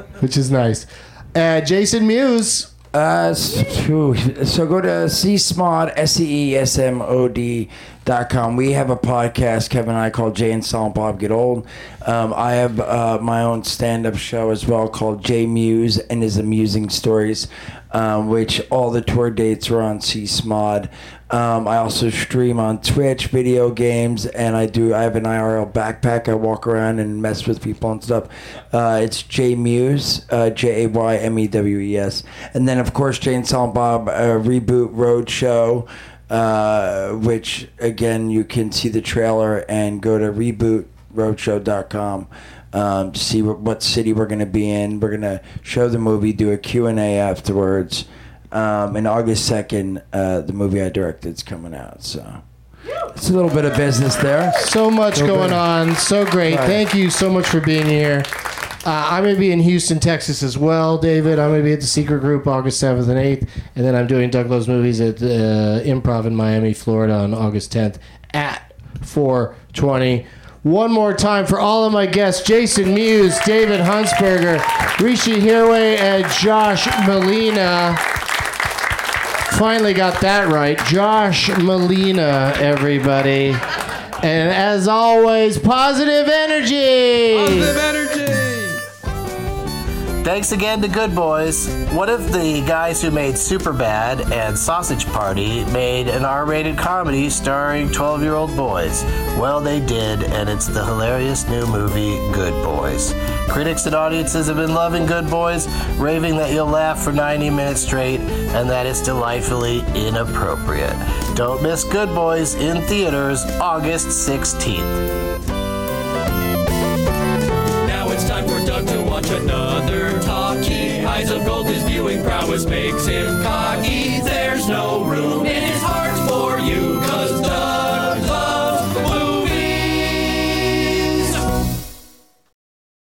(laughs) which is nice. Uh, Jason Mewes. Uh, s- phew. so go to csmod s e e s m o d dot com. We have a podcast, Kevin and I, called Jay and Silent Bob Get Old. Um, I have uh, my own stand up show as well called Jay Muse and His Amusing Stories, um, which all the tour dates are on csmod. Um, I also stream on Twitch, video games, and I do. I have an IRL backpack. I walk around and mess with people and stuff. Uh, it's Jay Muse, uh, J A Y M E W E S, and then of course Jay and Silent Bob uh, reboot Road Show, uh, which again you can see the trailer and go to rebootroadshow.com. Um, to see what, what city we're going to be in. We're going to show the movie, do a Q&A afterwards. Um, and August 2nd, uh, the movie I directed is coming out. So it's a little bit of business there. So much going big. on. So great. Right. Thank you so much for being here. Uh, I'm going to be in Houston, Texas as well, David. I'm going to be at the Secret Group August 7th and 8th. And then I'm doing Doug Loves Movies at uh, Improv in Miami, Florida on August 10th at 420. One more time for all of my guests Jason Mewes, David Huntsberger, Rishi Hirway, and Josh Molina. Finally got that right. Josh Molina, everybody. And as always, positive energy. Positive energy. Thanks again to Good Boys. What if the guys who made Superbad and Sausage Party made an R rated comedy starring 12 year old boys? Well, they did, and it's the hilarious new movie, Good Boys. Critics and audiences have been loving Good Boys, raving that you'll laugh for 90 minutes straight and that it's delightfully inappropriate. Don't miss Good Boys in theaters August 16th.